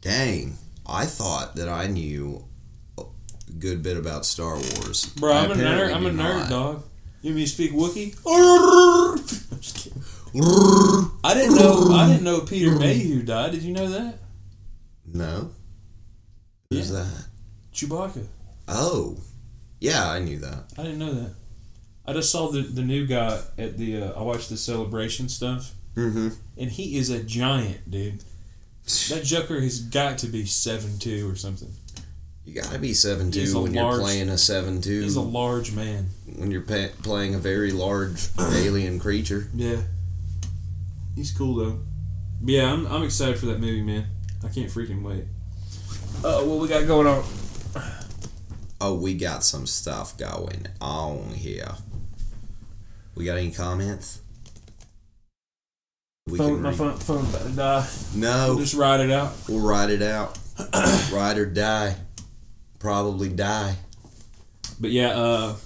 [SPEAKER 1] Dang, I thought that I knew a good bit about Star Wars.
[SPEAKER 2] Bro,
[SPEAKER 1] I
[SPEAKER 2] I'm a nerd.
[SPEAKER 1] apparently
[SPEAKER 2] I'm a
[SPEAKER 1] do
[SPEAKER 2] nerd,
[SPEAKER 1] not.
[SPEAKER 2] dog. You mean you speak Wookiee? I'm just kidding. I didn't know. I didn't know Peter Mayhew died. Did you know that?
[SPEAKER 1] No. Who's
[SPEAKER 2] Yeah.
[SPEAKER 1] that?
[SPEAKER 2] Chewbacca.
[SPEAKER 1] Oh, yeah, I knew that.
[SPEAKER 2] I didn't know that. I just saw the the new guy at the. Uh, I watched the celebration stuff,
[SPEAKER 1] Mm-hmm.
[SPEAKER 2] and he is a giant, dude. That Joker has got to be seven two or something.
[SPEAKER 1] You gotta be seven
[SPEAKER 2] He's
[SPEAKER 1] two
[SPEAKER 2] a
[SPEAKER 1] when you're
[SPEAKER 2] large-
[SPEAKER 1] playing a seven two.
[SPEAKER 2] He's a large man.
[SPEAKER 1] when you're pa- playing a very large alien creature.
[SPEAKER 2] Yeah. He's cool though. But yeah, I'm, I'm excited for that movie, man. I can't freaking wait. Uh, what we got going on?
[SPEAKER 1] Oh, we got some stuff going on here. We got any comments? We
[SPEAKER 2] phone,
[SPEAKER 1] can
[SPEAKER 2] my
[SPEAKER 1] read-
[SPEAKER 2] phone, phone about to die.
[SPEAKER 1] No,
[SPEAKER 2] We'll just ride it out.
[SPEAKER 1] we'll ride it out. ride or die. Probably die.
[SPEAKER 2] But yeah, uh,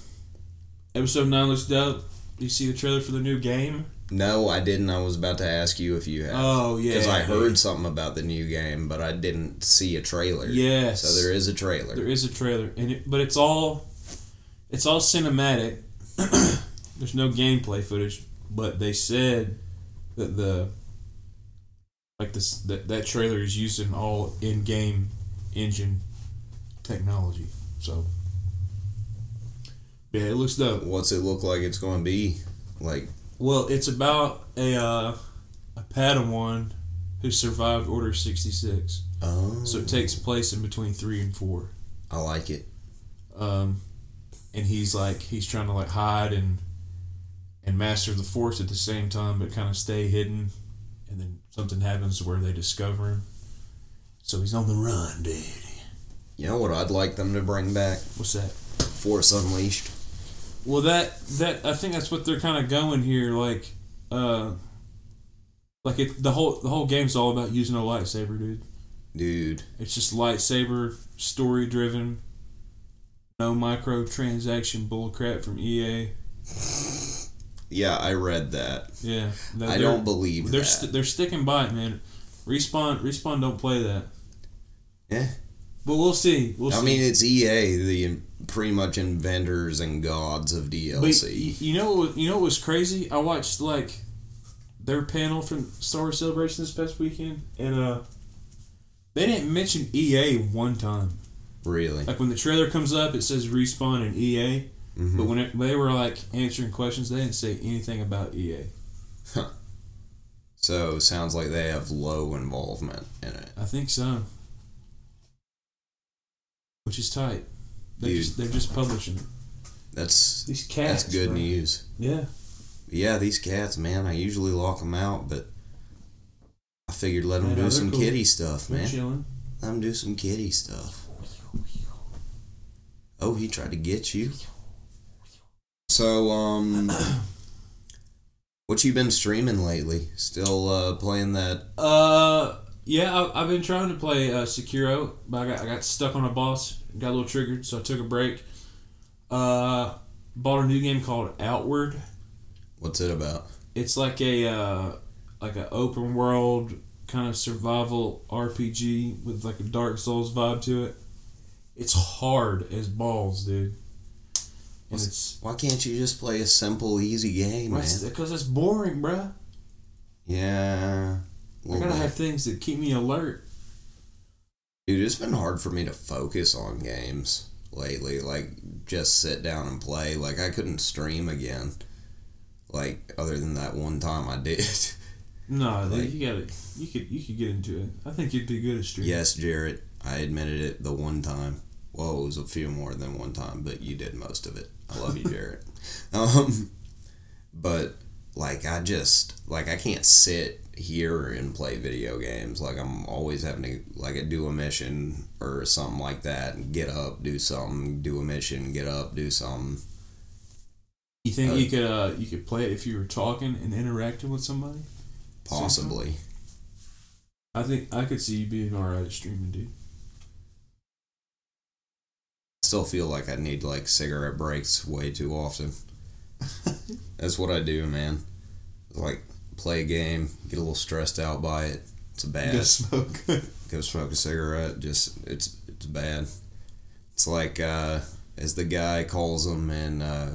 [SPEAKER 2] episode nine looks dope. You see the trailer for the new game?
[SPEAKER 1] No, I didn't. I was about to ask you if you had.
[SPEAKER 2] Oh yeah,
[SPEAKER 1] because I heard something about the new game, but I didn't see a trailer.
[SPEAKER 2] Yes,
[SPEAKER 1] So there is a trailer.
[SPEAKER 2] there is a trailer, and it, but it's all it's all cinematic. There's no gameplay footage, but they said that the like this that that trailer is using all in-game engine technology. So yeah, it looks dope.
[SPEAKER 1] What's it look like it's going to be? Like,
[SPEAKER 2] Well, it's about a uh, a Padawan who survived Order sixty six.
[SPEAKER 1] oh.
[SPEAKER 2] So it takes place in between three and four,
[SPEAKER 1] I like it.
[SPEAKER 2] um, and he's like he's trying to like hide and and master the Force at the same time, but kind of stay hidden. And then something happens where they discover him. So he's on the run, dude.
[SPEAKER 1] You know what I'd like them to bring back?
[SPEAKER 2] What's that?
[SPEAKER 1] Force Unleashed.
[SPEAKER 2] Well, that that I think that's what they're kind of going here. Like, uh, like it, the whole the whole game's all about using a lightsaber, dude.
[SPEAKER 1] Dude,
[SPEAKER 2] It's just lightsaber, story driven, no microtransaction bullcrap from E EA.
[SPEAKER 1] yeah, I read that.
[SPEAKER 2] Yeah, no,
[SPEAKER 1] I
[SPEAKER 2] they're-
[SPEAKER 1] don't believe
[SPEAKER 2] They're
[SPEAKER 1] that.
[SPEAKER 2] st- they're sticking by it, man. Respawn, respawn, don't play that.
[SPEAKER 1] Eh.
[SPEAKER 2] But we'll see. We'll
[SPEAKER 1] I
[SPEAKER 2] see.
[SPEAKER 1] mean, it's EA, the pretty much inventors and gods of
[SPEAKER 2] But
[SPEAKER 1] DLC.
[SPEAKER 2] y- you know, what- you know what was crazy? I watched like their panel from Star Wars Celebration this past weekend, and uh, they didn't mention EA one time.
[SPEAKER 1] really?
[SPEAKER 2] Like when the trailer comes up, it says Respawn and EA,
[SPEAKER 1] Mm-hmm.
[SPEAKER 2] but when it, they were like answering questions, they didn't say anything about E EA.
[SPEAKER 1] So, sounds like they have low involvement in it.
[SPEAKER 2] I think so, which is tight. They're
[SPEAKER 1] Dude.
[SPEAKER 2] just they're just publishing it.
[SPEAKER 1] That's
[SPEAKER 2] These cats.
[SPEAKER 1] that's good
[SPEAKER 2] bro.
[SPEAKER 1] news.
[SPEAKER 2] Yeah.
[SPEAKER 1] Yeah, these cats, man. I usually lock them out, but I figured let them
[SPEAKER 2] Yeah,
[SPEAKER 1] do
[SPEAKER 2] they're
[SPEAKER 1] some
[SPEAKER 2] cool.
[SPEAKER 1] kitty stuff,
[SPEAKER 2] They're
[SPEAKER 1] man.
[SPEAKER 2] chilling.
[SPEAKER 1] Let them do some kitty stuff. Oh, he tried to get you. So, um, what you been streaming lately? Still uh, playing that?
[SPEAKER 2] Uh, yeah, I, I've been trying to play uh, Sekiro, but I got, I got stuck on a boss, got a little triggered, so I took a break. Uh, bought a new game called Outward.
[SPEAKER 1] What's it about?
[SPEAKER 2] It's like a uh, like an open world kind of survival RPG with like a Dark Souls vibe to it. It's hard as balls, dude. And it's
[SPEAKER 1] Why can't you just play a simple, easy game, man?
[SPEAKER 2] because it's boring, bruh.
[SPEAKER 1] yeah.
[SPEAKER 2] I
[SPEAKER 1] Little
[SPEAKER 2] gotta
[SPEAKER 1] bit.
[SPEAKER 2] have things that keep me alert.
[SPEAKER 1] Dude, it's been hard for me to focus on games lately. Like, just sit down and play. Like, I couldn't stream again. Like, other than that one time I did.
[SPEAKER 2] No, dude,
[SPEAKER 1] Like-
[SPEAKER 2] you gotta you could you could get into it. I think you'd be good at streaming.
[SPEAKER 1] yes, Jarrett, I admitted it the one time. Well, it was a few more than one time, but you did most of it. I love you, Jarrett. um, but, like, I just, like, I can't sit here and play video games. Like, I'm always having to, like, I do a mission or something like that and get up, do something, do a mission, get up, do something.
[SPEAKER 2] You think
[SPEAKER 1] Uh,
[SPEAKER 2] you could uh, you could play it if you were talking and interacting with somebody?
[SPEAKER 1] Possibly.
[SPEAKER 2] I think I could see you being alright at streaming, dude.
[SPEAKER 1] Still feel like I need, like, cigarette breaks way too often. That's what I do, man. Like play a game, get a little stressed out by it. It's a bad.
[SPEAKER 2] Go smoke.
[SPEAKER 1] Go smoke a cigarette. Just it's it's bad. It's like uh, as the guy calls them, and uh,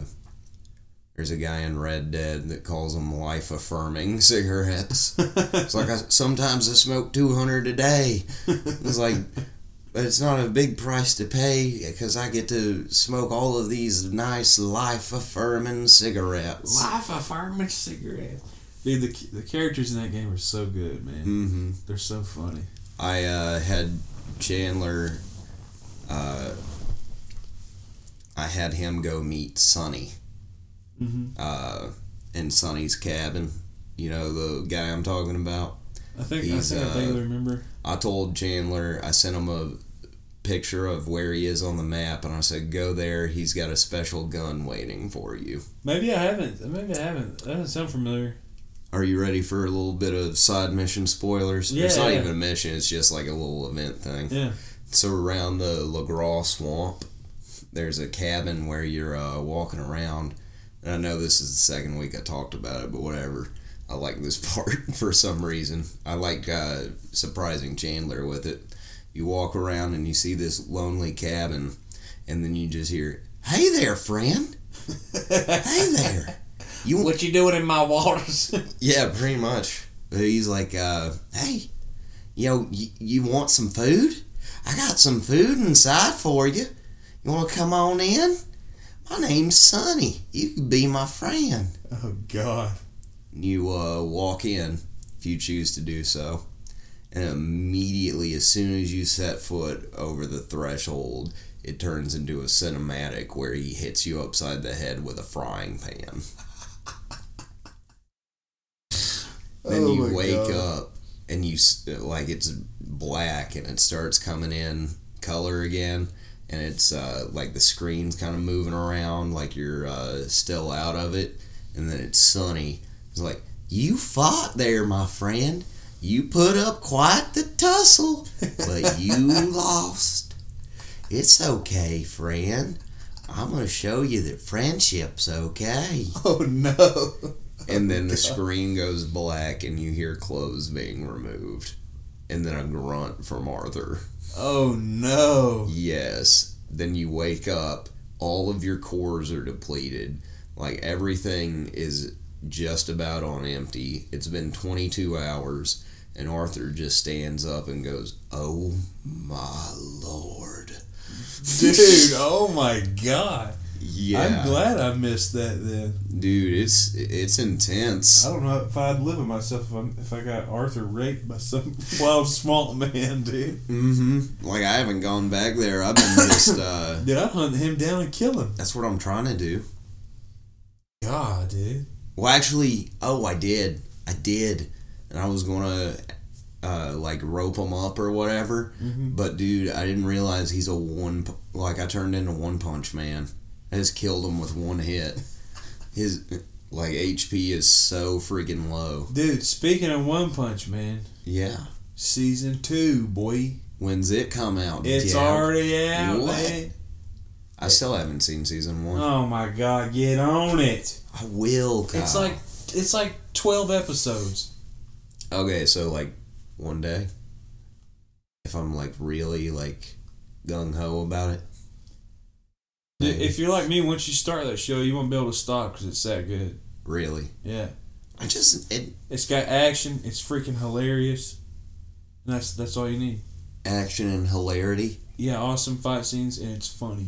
[SPEAKER 1] there's a guy in Red Dead that calls them life affirming cigarettes. it's like I, sometimes I smoke two hundred a day. It's like. But it's not a big price to pay because I get to smoke all of these nice life affirming cigarettes.
[SPEAKER 2] Life affirming cigarette. Dude, the, the characters in that game are so good, man.
[SPEAKER 1] Mm-hmm.
[SPEAKER 2] They're so funny.
[SPEAKER 1] I uh, had Chandler. uh, I had him go meet Sonny
[SPEAKER 2] Mm-hmm.
[SPEAKER 1] uh, in Sonny's cabin. You know, the guy I'm talking about.
[SPEAKER 2] I think
[SPEAKER 1] He's,
[SPEAKER 2] I think
[SPEAKER 1] uh,
[SPEAKER 2] I vaguely remember.
[SPEAKER 1] I told Chandler, I sent him a picture of where he is on the map, and I said, go there. He's got a special gun waiting for you.
[SPEAKER 2] Maybe I haven't. Maybe I haven't. That doesn't sound familiar.
[SPEAKER 1] Are you ready for a little bit of side mission spoilers?
[SPEAKER 2] Yeah,
[SPEAKER 1] it's not
[SPEAKER 2] yeah.
[SPEAKER 1] even a mission, it's just like a little event thing.
[SPEAKER 2] Yeah.
[SPEAKER 1] So around the LaGras Swamp, there's a cabin where you're uh, walking around. And I know this is the second week I talked about it, but whatever. I like this part for some reason. I like uh, surprising Chandler with it. You walk around and you see this lonely cabin, and then you just hear, "Hey there, friend! Hey there! You
[SPEAKER 2] What you doing in my waters?
[SPEAKER 1] yeah, pretty much. He's like, uh, hey, you know, you, you want some food? I got some food inside for you. You want to come on in? My name's Sonny. You can be my friend.
[SPEAKER 2] oh God.
[SPEAKER 1] You uh, walk in if you choose to do so. And immediately, as soon as you set foot over the threshold, it turns into a cinematic where he hits you upside the head with a frying pan. then
[SPEAKER 2] Oh
[SPEAKER 1] you
[SPEAKER 2] my
[SPEAKER 1] wake
[SPEAKER 2] God.
[SPEAKER 1] up and you s- like it's black and it starts coming in color again and it's uh, like the screen's kind of moving around like you're uh, still out of it and then it's sunny it's like you fought there my friend you put up quite the tussle but you lost it's okay friend i'm gonna show you that friendship's okay
[SPEAKER 2] Oh no.
[SPEAKER 1] and then the screen goes black and you hear clothes being removed and then a grunt from arthur
[SPEAKER 2] Oh no.
[SPEAKER 1] yes then you wake up all of your cores are depleted like everything is just about on empty it's been 22 hours and arthur just stands up and goes oh my lord
[SPEAKER 2] Dude, oh my God.
[SPEAKER 1] yeah
[SPEAKER 2] I'm glad I missed that then.
[SPEAKER 1] dude it's it's intense
[SPEAKER 2] I don't know if I'd live with myself if, I'm, if I got Arthur raped by some wild swamp man, dude.
[SPEAKER 1] mm-hmm like i haven't gone back there i've been just uh
[SPEAKER 2] Dude, I'd hunt him down and kill him.
[SPEAKER 1] that's what i'm trying to do
[SPEAKER 2] God, dude.
[SPEAKER 1] Well, actually, oh, I did. I did. And I was going to, uh, like, rope him up or whatever.
[SPEAKER 2] Mm-hmm.
[SPEAKER 1] But, dude, I didn't realize he's a one. pu- Like, I turned into One Punch Man. I just killed him with one hit. His, like, HP is so freaking low.
[SPEAKER 2] Dude, speaking of One Punch Man,
[SPEAKER 1] Yeah.
[SPEAKER 2] season two, boy.
[SPEAKER 1] When's it come out?
[SPEAKER 2] It's
[SPEAKER 1] Deb?
[SPEAKER 2] already out,
[SPEAKER 1] What?
[SPEAKER 2] man.
[SPEAKER 1] I still haven't seen season one.
[SPEAKER 2] Oh my God, get on it.
[SPEAKER 1] I will, Kyle.
[SPEAKER 2] It's like it's like twelve episodes.
[SPEAKER 1] Okay, so like one day, if I'm like really like gung ho about it,
[SPEAKER 2] Dude, If you're like me, once you start that show, you won't be able to stop because it's that good.
[SPEAKER 1] really,
[SPEAKER 2] Yeah,
[SPEAKER 1] I just it,
[SPEAKER 2] it's got action. It's freaking hilarious. And that's that's all you need.
[SPEAKER 1] action and hilarity.
[SPEAKER 2] Yeah, awesome fight scenes and it's funny.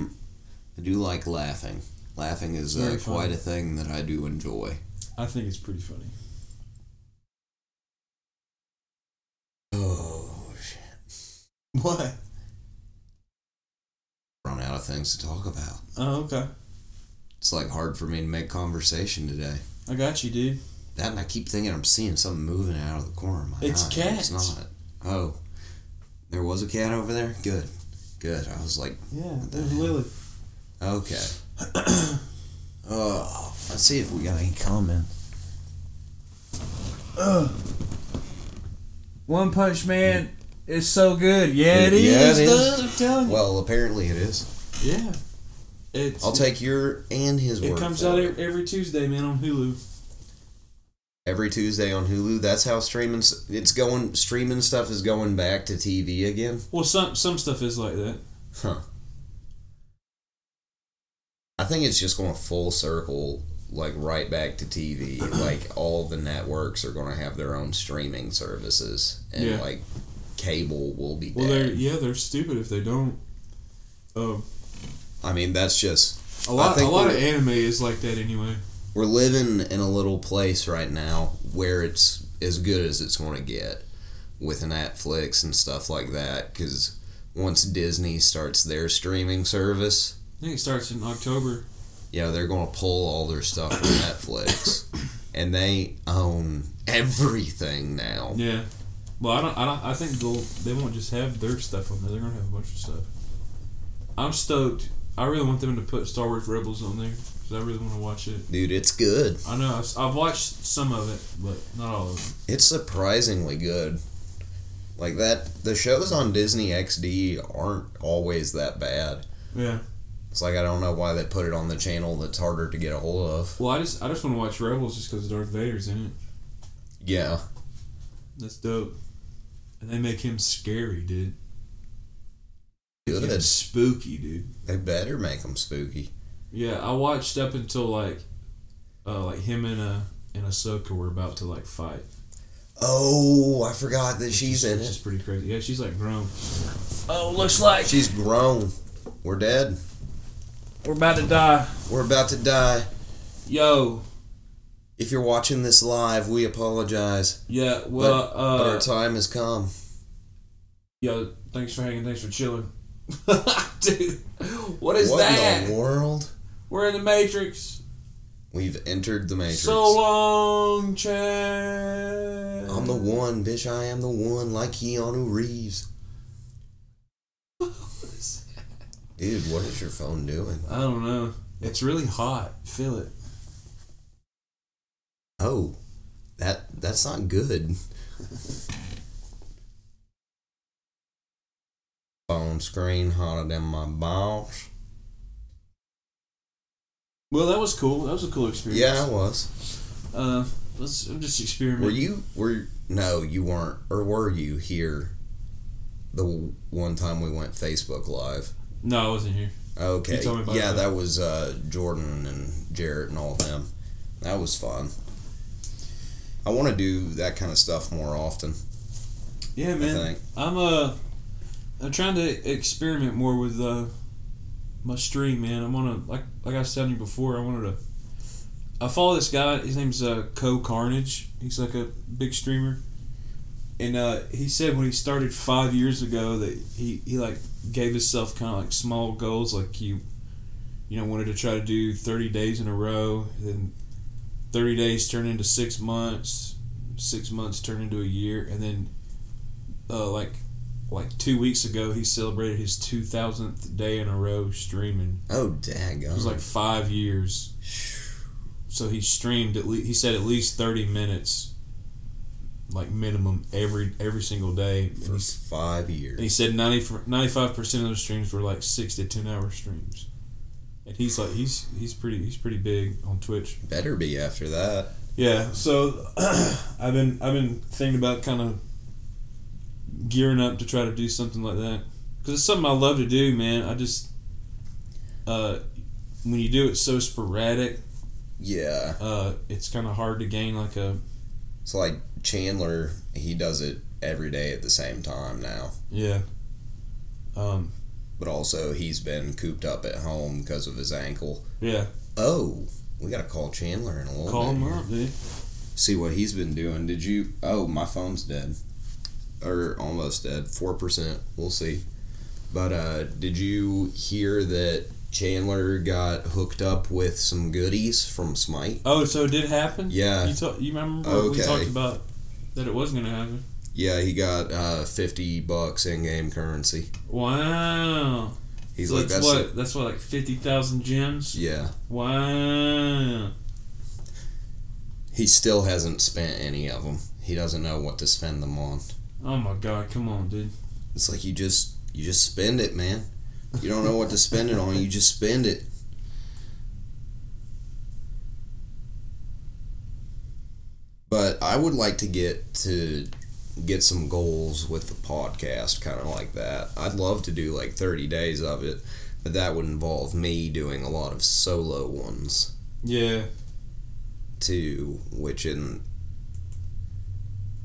[SPEAKER 1] I do like laughing. Laughing is
[SPEAKER 2] Very
[SPEAKER 1] uh,
[SPEAKER 2] fun.
[SPEAKER 1] quite a thing that I do enjoy.
[SPEAKER 2] I think it's pretty funny.
[SPEAKER 1] Oh, shit.
[SPEAKER 2] What?
[SPEAKER 1] run out of things to talk about.
[SPEAKER 2] Oh, okay.
[SPEAKER 1] It's like hard for me to make conversation today.
[SPEAKER 2] I got you, dude.
[SPEAKER 1] That and I keep thinking I'm seeing something moving out of the corner of my
[SPEAKER 2] It's
[SPEAKER 1] eye.
[SPEAKER 2] cats.
[SPEAKER 1] It's not. Oh, there was a cat over there. Good, good. I was like,
[SPEAKER 2] Yeah, there's Lily.
[SPEAKER 1] Okay. oh, let's see if we got any comments.
[SPEAKER 2] One Punch Man is so good. Yeah, it
[SPEAKER 1] Yeah,
[SPEAKER 2] is.
[SPEAKER 1] it is.
[SPEAKER 2] dude, I'm telling you.
[SPEAKER 1] Well, apparently it is.
[SPEAKER 2] yeah. It's,
[SPEAKER 1] I'll take your and his
[SPEAKER 2] it
[SPEAKER 1] word.
[SPEAKER 2] comes
[SPEAKER 1] for
[SPEAKER 2] out
[SPEAKER 1] it.
[SPEAKER 2] every, every Tuesday, man, on Hulu.
[SPEAKER 1] every Tuesday on Hulu. That's how streaming. s- It's going. Streaming stuff is going back to TV again.
[SPEAKER 2] Well, some some stuff is like that.
[SPEAKER 1] Huh. I think it's just going full circle, like right back to TV. like all the networks are going to have their own streaming services, and
[SPEAKER 2] Yeah.
[SPEAKER 1] like cable will be.
[SPEAKER 2] Well,
[SPEAKER 1] dead.
[SPEAKER 2] they're yeah, they're stupid if they don't. Um,
[SPEAKER 1] I mean, that's just
[SPEAKER 2] a lot a
[SPEAKER 1] think
[SPEAKER 2] lot of
[SPEAKER 1] we're-
[SPEAKER 2] anime is like that anyway.
[SPEAKER 1] we're living in a little place right now where it's as good as it's going to get. with Netflix and stuff like that. Because once Disney starts their streaming service,
[SPEAKER 2] I think it starts in October.
[SPEAKER 1] you know, they're going to pull all their stuff from Netflix. And they own everything now.
[SPEAKER 2] Yeah. Well, I don't. I don't. I think they'll. They won't just have their stuff on there. They're gonna have a bunch of stuff. I'm stoked. I really want them to put Star Wars Rebels on there because I really want to watch it.
[SPEAKER 1] Dude, it's good.
[SPEAKER 2] I know I've, I've watched some of it, but not all of it.
[SPEAKER 1] It's surprisingly good. Like that, the shows on Disney XD aren't always that bad.
[SPEAKER 2] Yeah.
[SPEAKER 1] It's like I don't know why they put it on the channel that's harder to get a hold of.
[SPEAKER 2] Well, I just I just want to watch Rebels just because Darth Vader's in it.
[SPEAKER 1] Yeah,
[SPEAKER 2] That's dope. And they make him scary, dude. They make him
[SPEAKER 1] good.
[SPEAKER 2] spooky, dude.
[SPEAKER 1] They better make them spooky.
[SPEAKER 2] Yeah, I watched up until like, uh, like him and uh and Ahsoka were about to like fight.
[SPEAKER 1] Oh, I forgot that she's in
[SPEAKER 2] Which is
[SPEAKER 1] it.
[SPEAKER 2] pretty crazy. Yeah, she's like grown. Oh,
[SPEAKER 1] She's grown. We're dead.
[SPEAKER 2] We're about to die.
[SPEAKER 1] We're about to die.
[SPEAKER 2] Yo,
[SPEAKER 1] If you're watching this live, we apologize.
[SPEAKER 2] yeah,
[SPEAKER 1] But,
[SPEAKER 2] well,
[SPEAKER 1] but
[SPEAKER 2] uh,
[SPEAKER 1] our time has come.
[SPEAKER 2] yo, thanks for hanging, thanks for chilling. Dude, what is
[SPEAKER 1] What
[SPEAKER 2] that?
[SPEAKER 1] in the world?
[SPEAKER 2] We're in the Matrix.
[SPEAKER 1] We've entered the Matrix.
[SPEAKER 2] So long, Chad.
[SPEAKER 1] I'm the one, bitch. I am the one, like Keanu Reeves. Dude, what is your phone doing?
[SPEAKER 2] I don't know. It's really hot. Feel it.
[SPEAKER 1] Oh, that that's not good. phone screen hotter than my balls.
[SPEAKER 2] Well, that was cool. That was a cool experience.
[SPEAKER 1] Yeah, I was.
[SPEAKER 2] Uh, let's. I'm just experimenting.
[SPEAKER 1] Were you? Were no, you weren't, or were you here? The one time we went Facebook Live.
[SPEAKER 2] No, I wasn't here.
[SPEAKER 1] Okay.
[SPEAKER 2] You told me about
[SPEAKER 1] yeah,
[SPEAKER 2] that.
[SPEAKER 1] that, was uh, Jordan and Jarrett and all them. That was fun. I want to do that kind of stuff more often.
[SPEAKER 2] Yeah,
[SPEAKER 1] I
[SPEAKER 2] man.
[SPEAKER 1] think.
[SPEAKER 2] I'm uh, I'm trying to experiment more with uh, my stream, man. I'm on a like like I was telling you before. I wanted to. I follow this guy. His name's uh, Co Carnage. He's like a big streamer, and uh, he said when he started five years ago that he he like gave himself kind of like small goals, like you, you know, wanted to try to do thirty days in a row, then thirty days turn into six months, six months turn into a year, and then uh, like like two weeks ago he celebrated his 2000th day in a row streaming
[SPEAKER 1] Oh,
[SPEAKER 2] it
[SPEAKER 1] daggone.
[SPEAKER 2] was like five years so he streamed at least he said at least 30 minutes like minimum every every single day and
[SPEAKER 1] for
[SPEAKER 2] he,
[SPEAKER 1] five years.
[SPEAKER 2] and he said 90, 95% of those streams were like six to 10 hour streams and he's like he's he's pretty he's pretty big on twitch
[SPEAKER 1] Better be after that.
[SPEAKER 2] yeah, so I've been I've been thinking about kind of gearing up to try to do something like that because it's something I love to do, man. I just uh, when you do it so sporadic,
[SPEAKER 1] Yeah.
[SPEAKER 2] uh, it's kind of hard to gain like a
[SPEAKER 1] So, like, Chandler, he does it every day at the same time now.
[SPEAKER 2] yeah. Um,
[SPEAKER 1] But also, he's been cooped up at home because of his ankle.
[SPEAKER 2] yeah,
[SPEAKER 1] Oh, we got to call Chandler in a little
[SPEAKER 2] call
[SPEAKER 1] bit.
[SPEAKER 2] him
[SPEAKER 1] here.
[SPEAKER 2] up, dude.
[SPEAKER 1] see what he's been doing. Did you? Oh, my phone's dead, or almost dead. Four percent. We'll see. But uh, did you hear that Chandler got hooked up with some goodies from Smite?
[SPEAKER 2] Oh, so it did happen.
[SPEAKER 1] Yeah.
[SPEAKER 2] you talk, you remember what we
[SPEAKER 1] Okay.
[SPEAKER 2] talked about that it was gonna happen.
[SPEAKER 1] Yeah, he got uh, fifty bucks in game currency.
[SPEAKER 2] Wow,
[SPEAKER 1] He's
[SPEAKER 2] so
[SPEAKER 1] like,
[SPEAKER 2] that's
[SPEAKER 1] that's
[SPEAKER 2] what that's what like fifty thousand gems.
[SPEAKER 1] yeah.
[SPEAKER 2] Wow.
[SPEAKER 1] He still hasn't spent any of them. He doesn't know what to spend them on.
[SPEAKER 2] Oh my god, come on, dude.
[SPEAKER 1] It's like you just you just spend it, man. You don't know what to spend it on. You just spend it. But I would like to get to get some goals with the podcast, kind of like that. I'd love to do like thirty days of it, but that would involve me doing a lot of solo ones
[SPEAKER 2] Yeah.
[SPEAKER 1] too, which in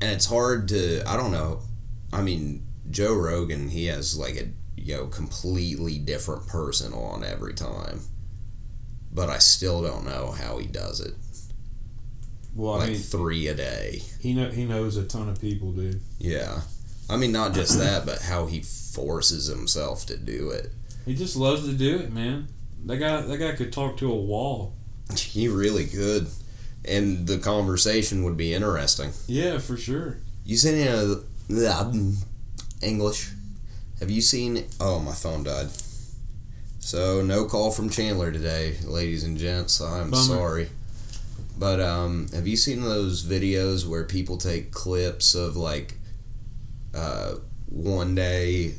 [SPEAKER 1] and it's hard to I don't know. I mean, Joe Rogan, he has like a you know completely different person on every time, but I still don't know how he does it.
[SPEAKER 2] Well, I
[SPEAKER 1] like
[SPEAKER 2] mean,
[SPEAKER 1] three a day.
[SPEAKER 2] he know he knows a ton of people, dude.
[SPEAKER 1] Yeah. I mean, not just that, but how he forces himself to do it.
[SPEAKER 2] He just loves to do it, man. That guy, that guy could talk to a wall.
[SPEAKER 1] He really could. And the conversation would be interesting.
[SPEAKER 2] Yeah, for sure.
[SPEAKER 1] You seen any of the English? Have you seen? Oh, my phone died. So no call from Chandler today, ladies and gents. I'm
[SPEAKER 2] Bummer.
[SPEAKER 1] sorry. But um, have you seen those videos where people take clips of like uh, one day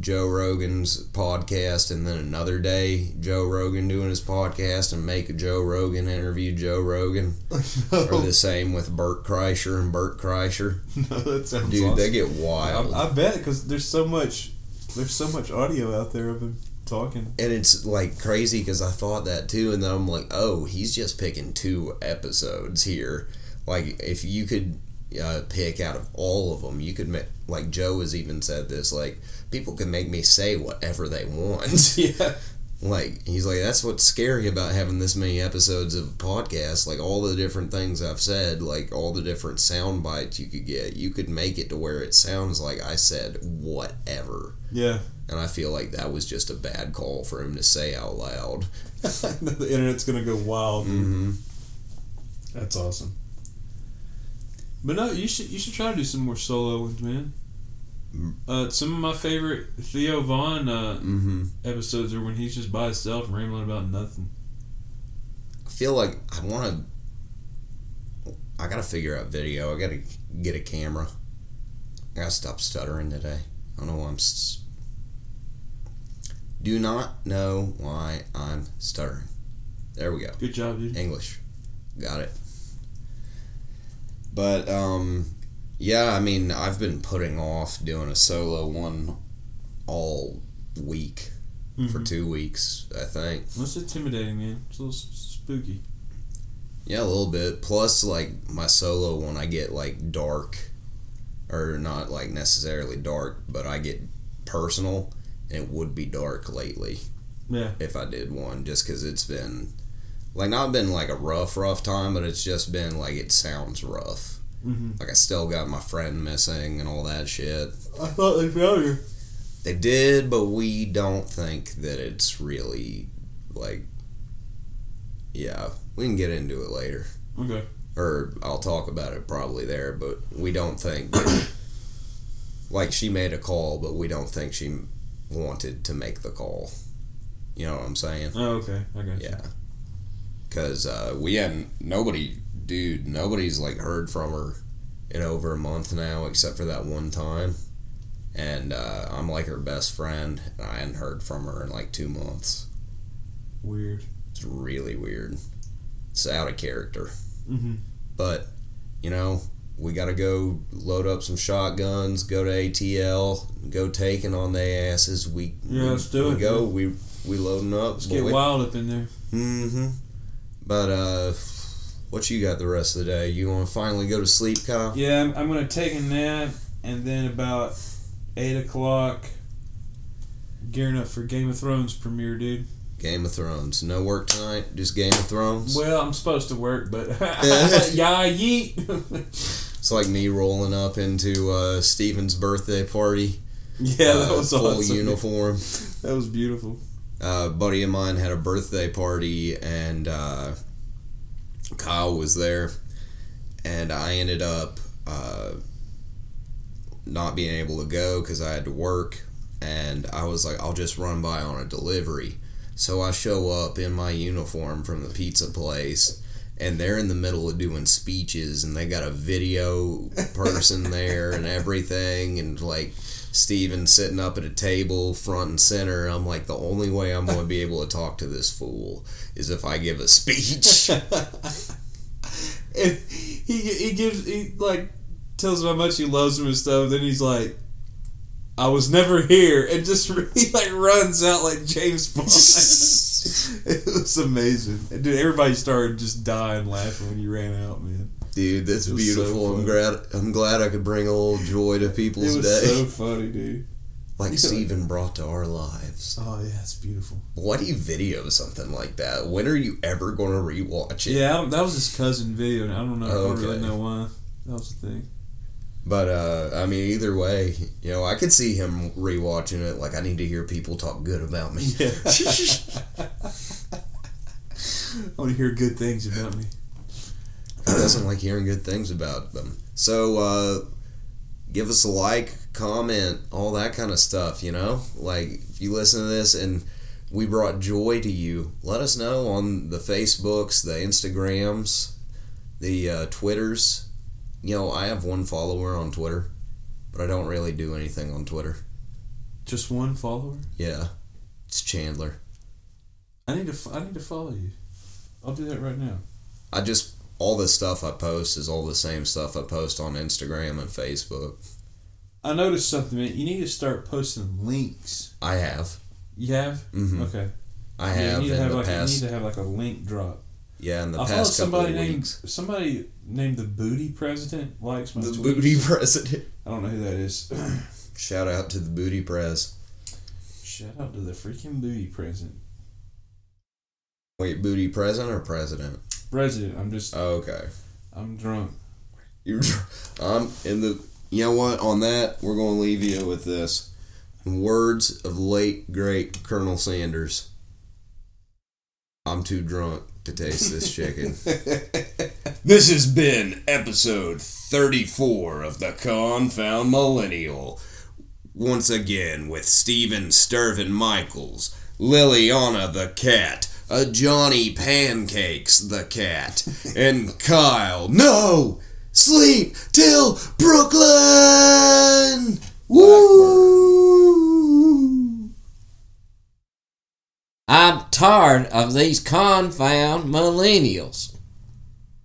[SPEAKER 1] Joe Rogan's podcast and then another day Joe Rogan doing his podcast and make a Joe Rogan interview Joe Rogan
[SPEAKER 2] Oh.
[SPEAKER 1] or the same with Bert Kreischer and Bert Kreischer?
[SPEAKER 2] no, that sounds
[SPEAKER 1] Dude, they get wild.
[SPEAKER 2] I, I bet because there's so much, there's so much audio out there of him talking.
[SPEAKER 1] and it's like crazy because I thought that too, and then I'm like, oh, he's just picking two episodes here. Like, if you could uh, pick out of all of them, you could make, like, Joe has even said this, like, people can make me say whatever they want.
[SPEAKER 2] Yeah,
[SPEAKER 1] like, he's like, that's what's scary about having this many episodes of a podcast. Like, all the different things I've said, like, all the different sound bites you could get, you could make it to where it sounds like I said whatever.
[SPEAKER 2] yeah.
[SPEAKER 1] And I feel like that was just a bad call for him to say out loud.
[SPEAKER 2] the internet's gonna go wild.
[SPEAKER 1] Mm-hmm.
[SPEAKER 2] That's awesome. But no, you should you should try to do some more solo ones, man.
[SPEAKER 1] Mm.
[SPEAKER 2] Uh, some of my favorite Theo Vaughn uh,
[SPEAKER 1] Mm-hmm.
[SPEAKER 2] episodes are when he's just by himself rambling about nothing.
[SPEAKER 1] I feel like I want to. I gotta figure out video. I gotta get a camera. I gotta stop stuttering today. I don't know why I'm. s Do not know why I'm stuttering. There we go.
[SPEAKER 2] Good job, dude.
[SPEAKER 1] English. Got it. But um yeah, I mean, I've been putting off doing a solo one all week for
[SPEAKER 2] Mhm.
[SPEAKER 1] two weeks, I think.
[SPEAKER 2] That's intimidating, man. It's a little s- spooky.
[SPEAKER 1] Yeah, a little bit. Plus like my solo one I get like dark or not like necessarily dark, but I get personal and it would be dark lately.
[SPEAKER 2] Yeah.
[SPEAKER 1] if I did one, just because it's been like not been like a rough, rough time, but it's just been like it sounds rough.
[SPEAKER 2] Mm-hmm.
[SPEAKER 1] Like I still got my friend missing and all that shit.
[SPEAKER 2] I thought they found you.
[SPEAKER 1] They did, but we don't think that it's really like, yeah, we can get into it later
[SPEAKER 2] Okay.
[SPEAKER 1] or I'll talk about it probably there, but we don't think that, like she made a call, but we don't think she wanted to make the call. You know what I'm saying?
[SPEAKER 2] Oh, okay. I got you.
[SPEAKER 1] Yeah. Cause uh, we hadn't nobody, dude. Nobody's like heard from her in over a month now, except for that one time. And uh, I'm like her best friend, and I hadn't heard from her in like two months.
[SPEAKER 2] Weird.
[SPEAKER 1] It's really weird. It's out of character.
[SPEAKER 2] Mm-hmm.
[SPEAKER 1] But you know, we gotta go load up some shotguns, go to ATL, go taking on their asses. We
[SPEAKER 2] Yeah, let's do
[SPEAKER 1] we
[SPEAKER 2] it,
[SPEAKER 1] Go we we loading up.
[SPEAKER 2] Let's get wild up in there.
[SPEAKER 1] Mm-hmm. But uh, what you got the rest of the day? You want to finally go to sleep, Kyle?
[SPEAKER 2] Yeah, I'm, I'm gonna take a nap, and then about eight o'clock, gearing up for Game of Thrones premiere, dude.
[SPEAKER 1] Game of Thrones. No work tonight. Just Game of Thrones.
[SPEAKER 2] Well, I'm supposed to work, but yeah, yeet.
[SPEAKER 1] It's like me rolling up into uh, Steven's birthday party.
[SPEAKER 2] yeah, that
[SPEAKER 1] uh,
[SPEAKER 2] was
[SPEAKER 1] full
[SPEAKER 2] awesome.
[SPEAKER 1] uniform.
[SPEAKER 2] That was beautiful.
[SPEAKER 1] a buddy of mine had a birthday party and uh, Kyle was there and I ended up uh, not being able to go because I had to work and I was like I'll just run by on a delivery so I show up in my uniform from the pizza place and they're in the middle of doing speeches and they got a video person there and everything and like Steven sitting up at a table front and center. I'm like, the only way I'm going to be able to talk to this fool is if I give a speech.
[SPEAKER 2] And he he gives he like tells him how much he loves him and stuff. Then he's like. I was never here, and just really like runs out like James Bond. it was amazing, And, dude. Everybody started just dying laughing when you ran out, man.
[SPEAKER 1] Dude, that's
[SPEAKER 2] It was so
[SPEAKER 1] beautiful. I'm
[SPEAKER 2] funny.
[SPEAKER 1] glad I'm glad I could bring a little joy to
[SPEAKER 2] It was
[SPEAKER 1] people's day.
[SPEAKER 2] so funny, dude.
[SPEAKER 1] like Steven brought to our lives.
[SPEAKER 2] Oh yeah, it's beautiful.
[SPEAKER 1] Bloody video something like that. When are you ever going to rewatch it?
[SPEAKER 2] Yeah, I don't- that was his cousin video, and I don't know. I don't really
[SPEAKER 1] Okay.
[SPEAKER 2] know why. That was the thing.
[SPEAKER 1] But uh, I mean, either way, you know, I could see him rewatching it. Like I need to hear people talk good about me.
[SPEAKER 2] Yeah. I want to hear good things about me.
[SPEAKER 1] Who doesn't like hearing good things about them? So uh, give us a like, comment, all that kind of stuff. You know, like if you listen to this and we brought joy to you, let us know on the Facebooks, the Instagrams, the uh, Twitters. You know, I have one follower on Twitter, but I don't really do anything on Twitter.
[SPEAKER 2] Just one follower.
[SPEAKER 1] Yeah, it's Chandler.
[SPEAKER 2] I need to. f- I need to follow you. I'll do that right now.
[SPEAKER 1] I just all the stuff I post is all the same stuff I post on Instagram and Facebook.
[SPEAKER 2] I noticed something. Man. You need to start posting links.
[SPEAKER 1] I have,
[SPEAKER 2] You have?
[SPEAKER 1] Mhm.
[SPEAKER 2] Okay.
[SPEAKER 1] I
[SPEAKER 2] yeah,
[SPEAKER 1] have
[SPEAKER 2] you need
[SPEAKER 1] in
[SPEAKER 2] to have
[SPEAKER 1] the
[SPEAKER 2] like
[SPEAKER 1] past.
[SPEAKER 2] you need to have like a link drop.
[SPEAKER 1] yeah, in the
[SPEAKER 2] I follow
[SPEAKER 1] past couple
[SPEAKER 2] somebody
[SPEAKER 1] of
[SPEAKER 2] named
[SPEAKER 1] weeks.
[SPEAKER 2] somebody named the Booty President likes my
[SPEAKER 1] The
[SPEAKER 2] tweets.
[SPEAKER 1] booty president.
[SPEAKER 2] I don't know who that is.
[SPEAKER 1] Shout out to the booty press.
[SPEAKER 2] Shout out to the freaking Booty President.
[SPEAKER 1] Wait, booty president or president?
[SPEAKER 2] President. I'm just.
[SPEAKER 1] Okay,
[SPEAKER 2] I'm drunk.
[SPEAKER 1] you. I'm in the. You know what? On that, we're gonna leave you with this. Words of late great Colonel Sanders. I'm too drunk to taste this chicken. This has been episode 34 of The Confound Millennial. Once again with Steven Sturvin Michaels, Liliana the Cat, uh, Johnny Pancakes the Cat, and Kyle. No! Sleep till Brooklyn! Woo!
[SPEAKER 3] I'm tired of these confound millennials.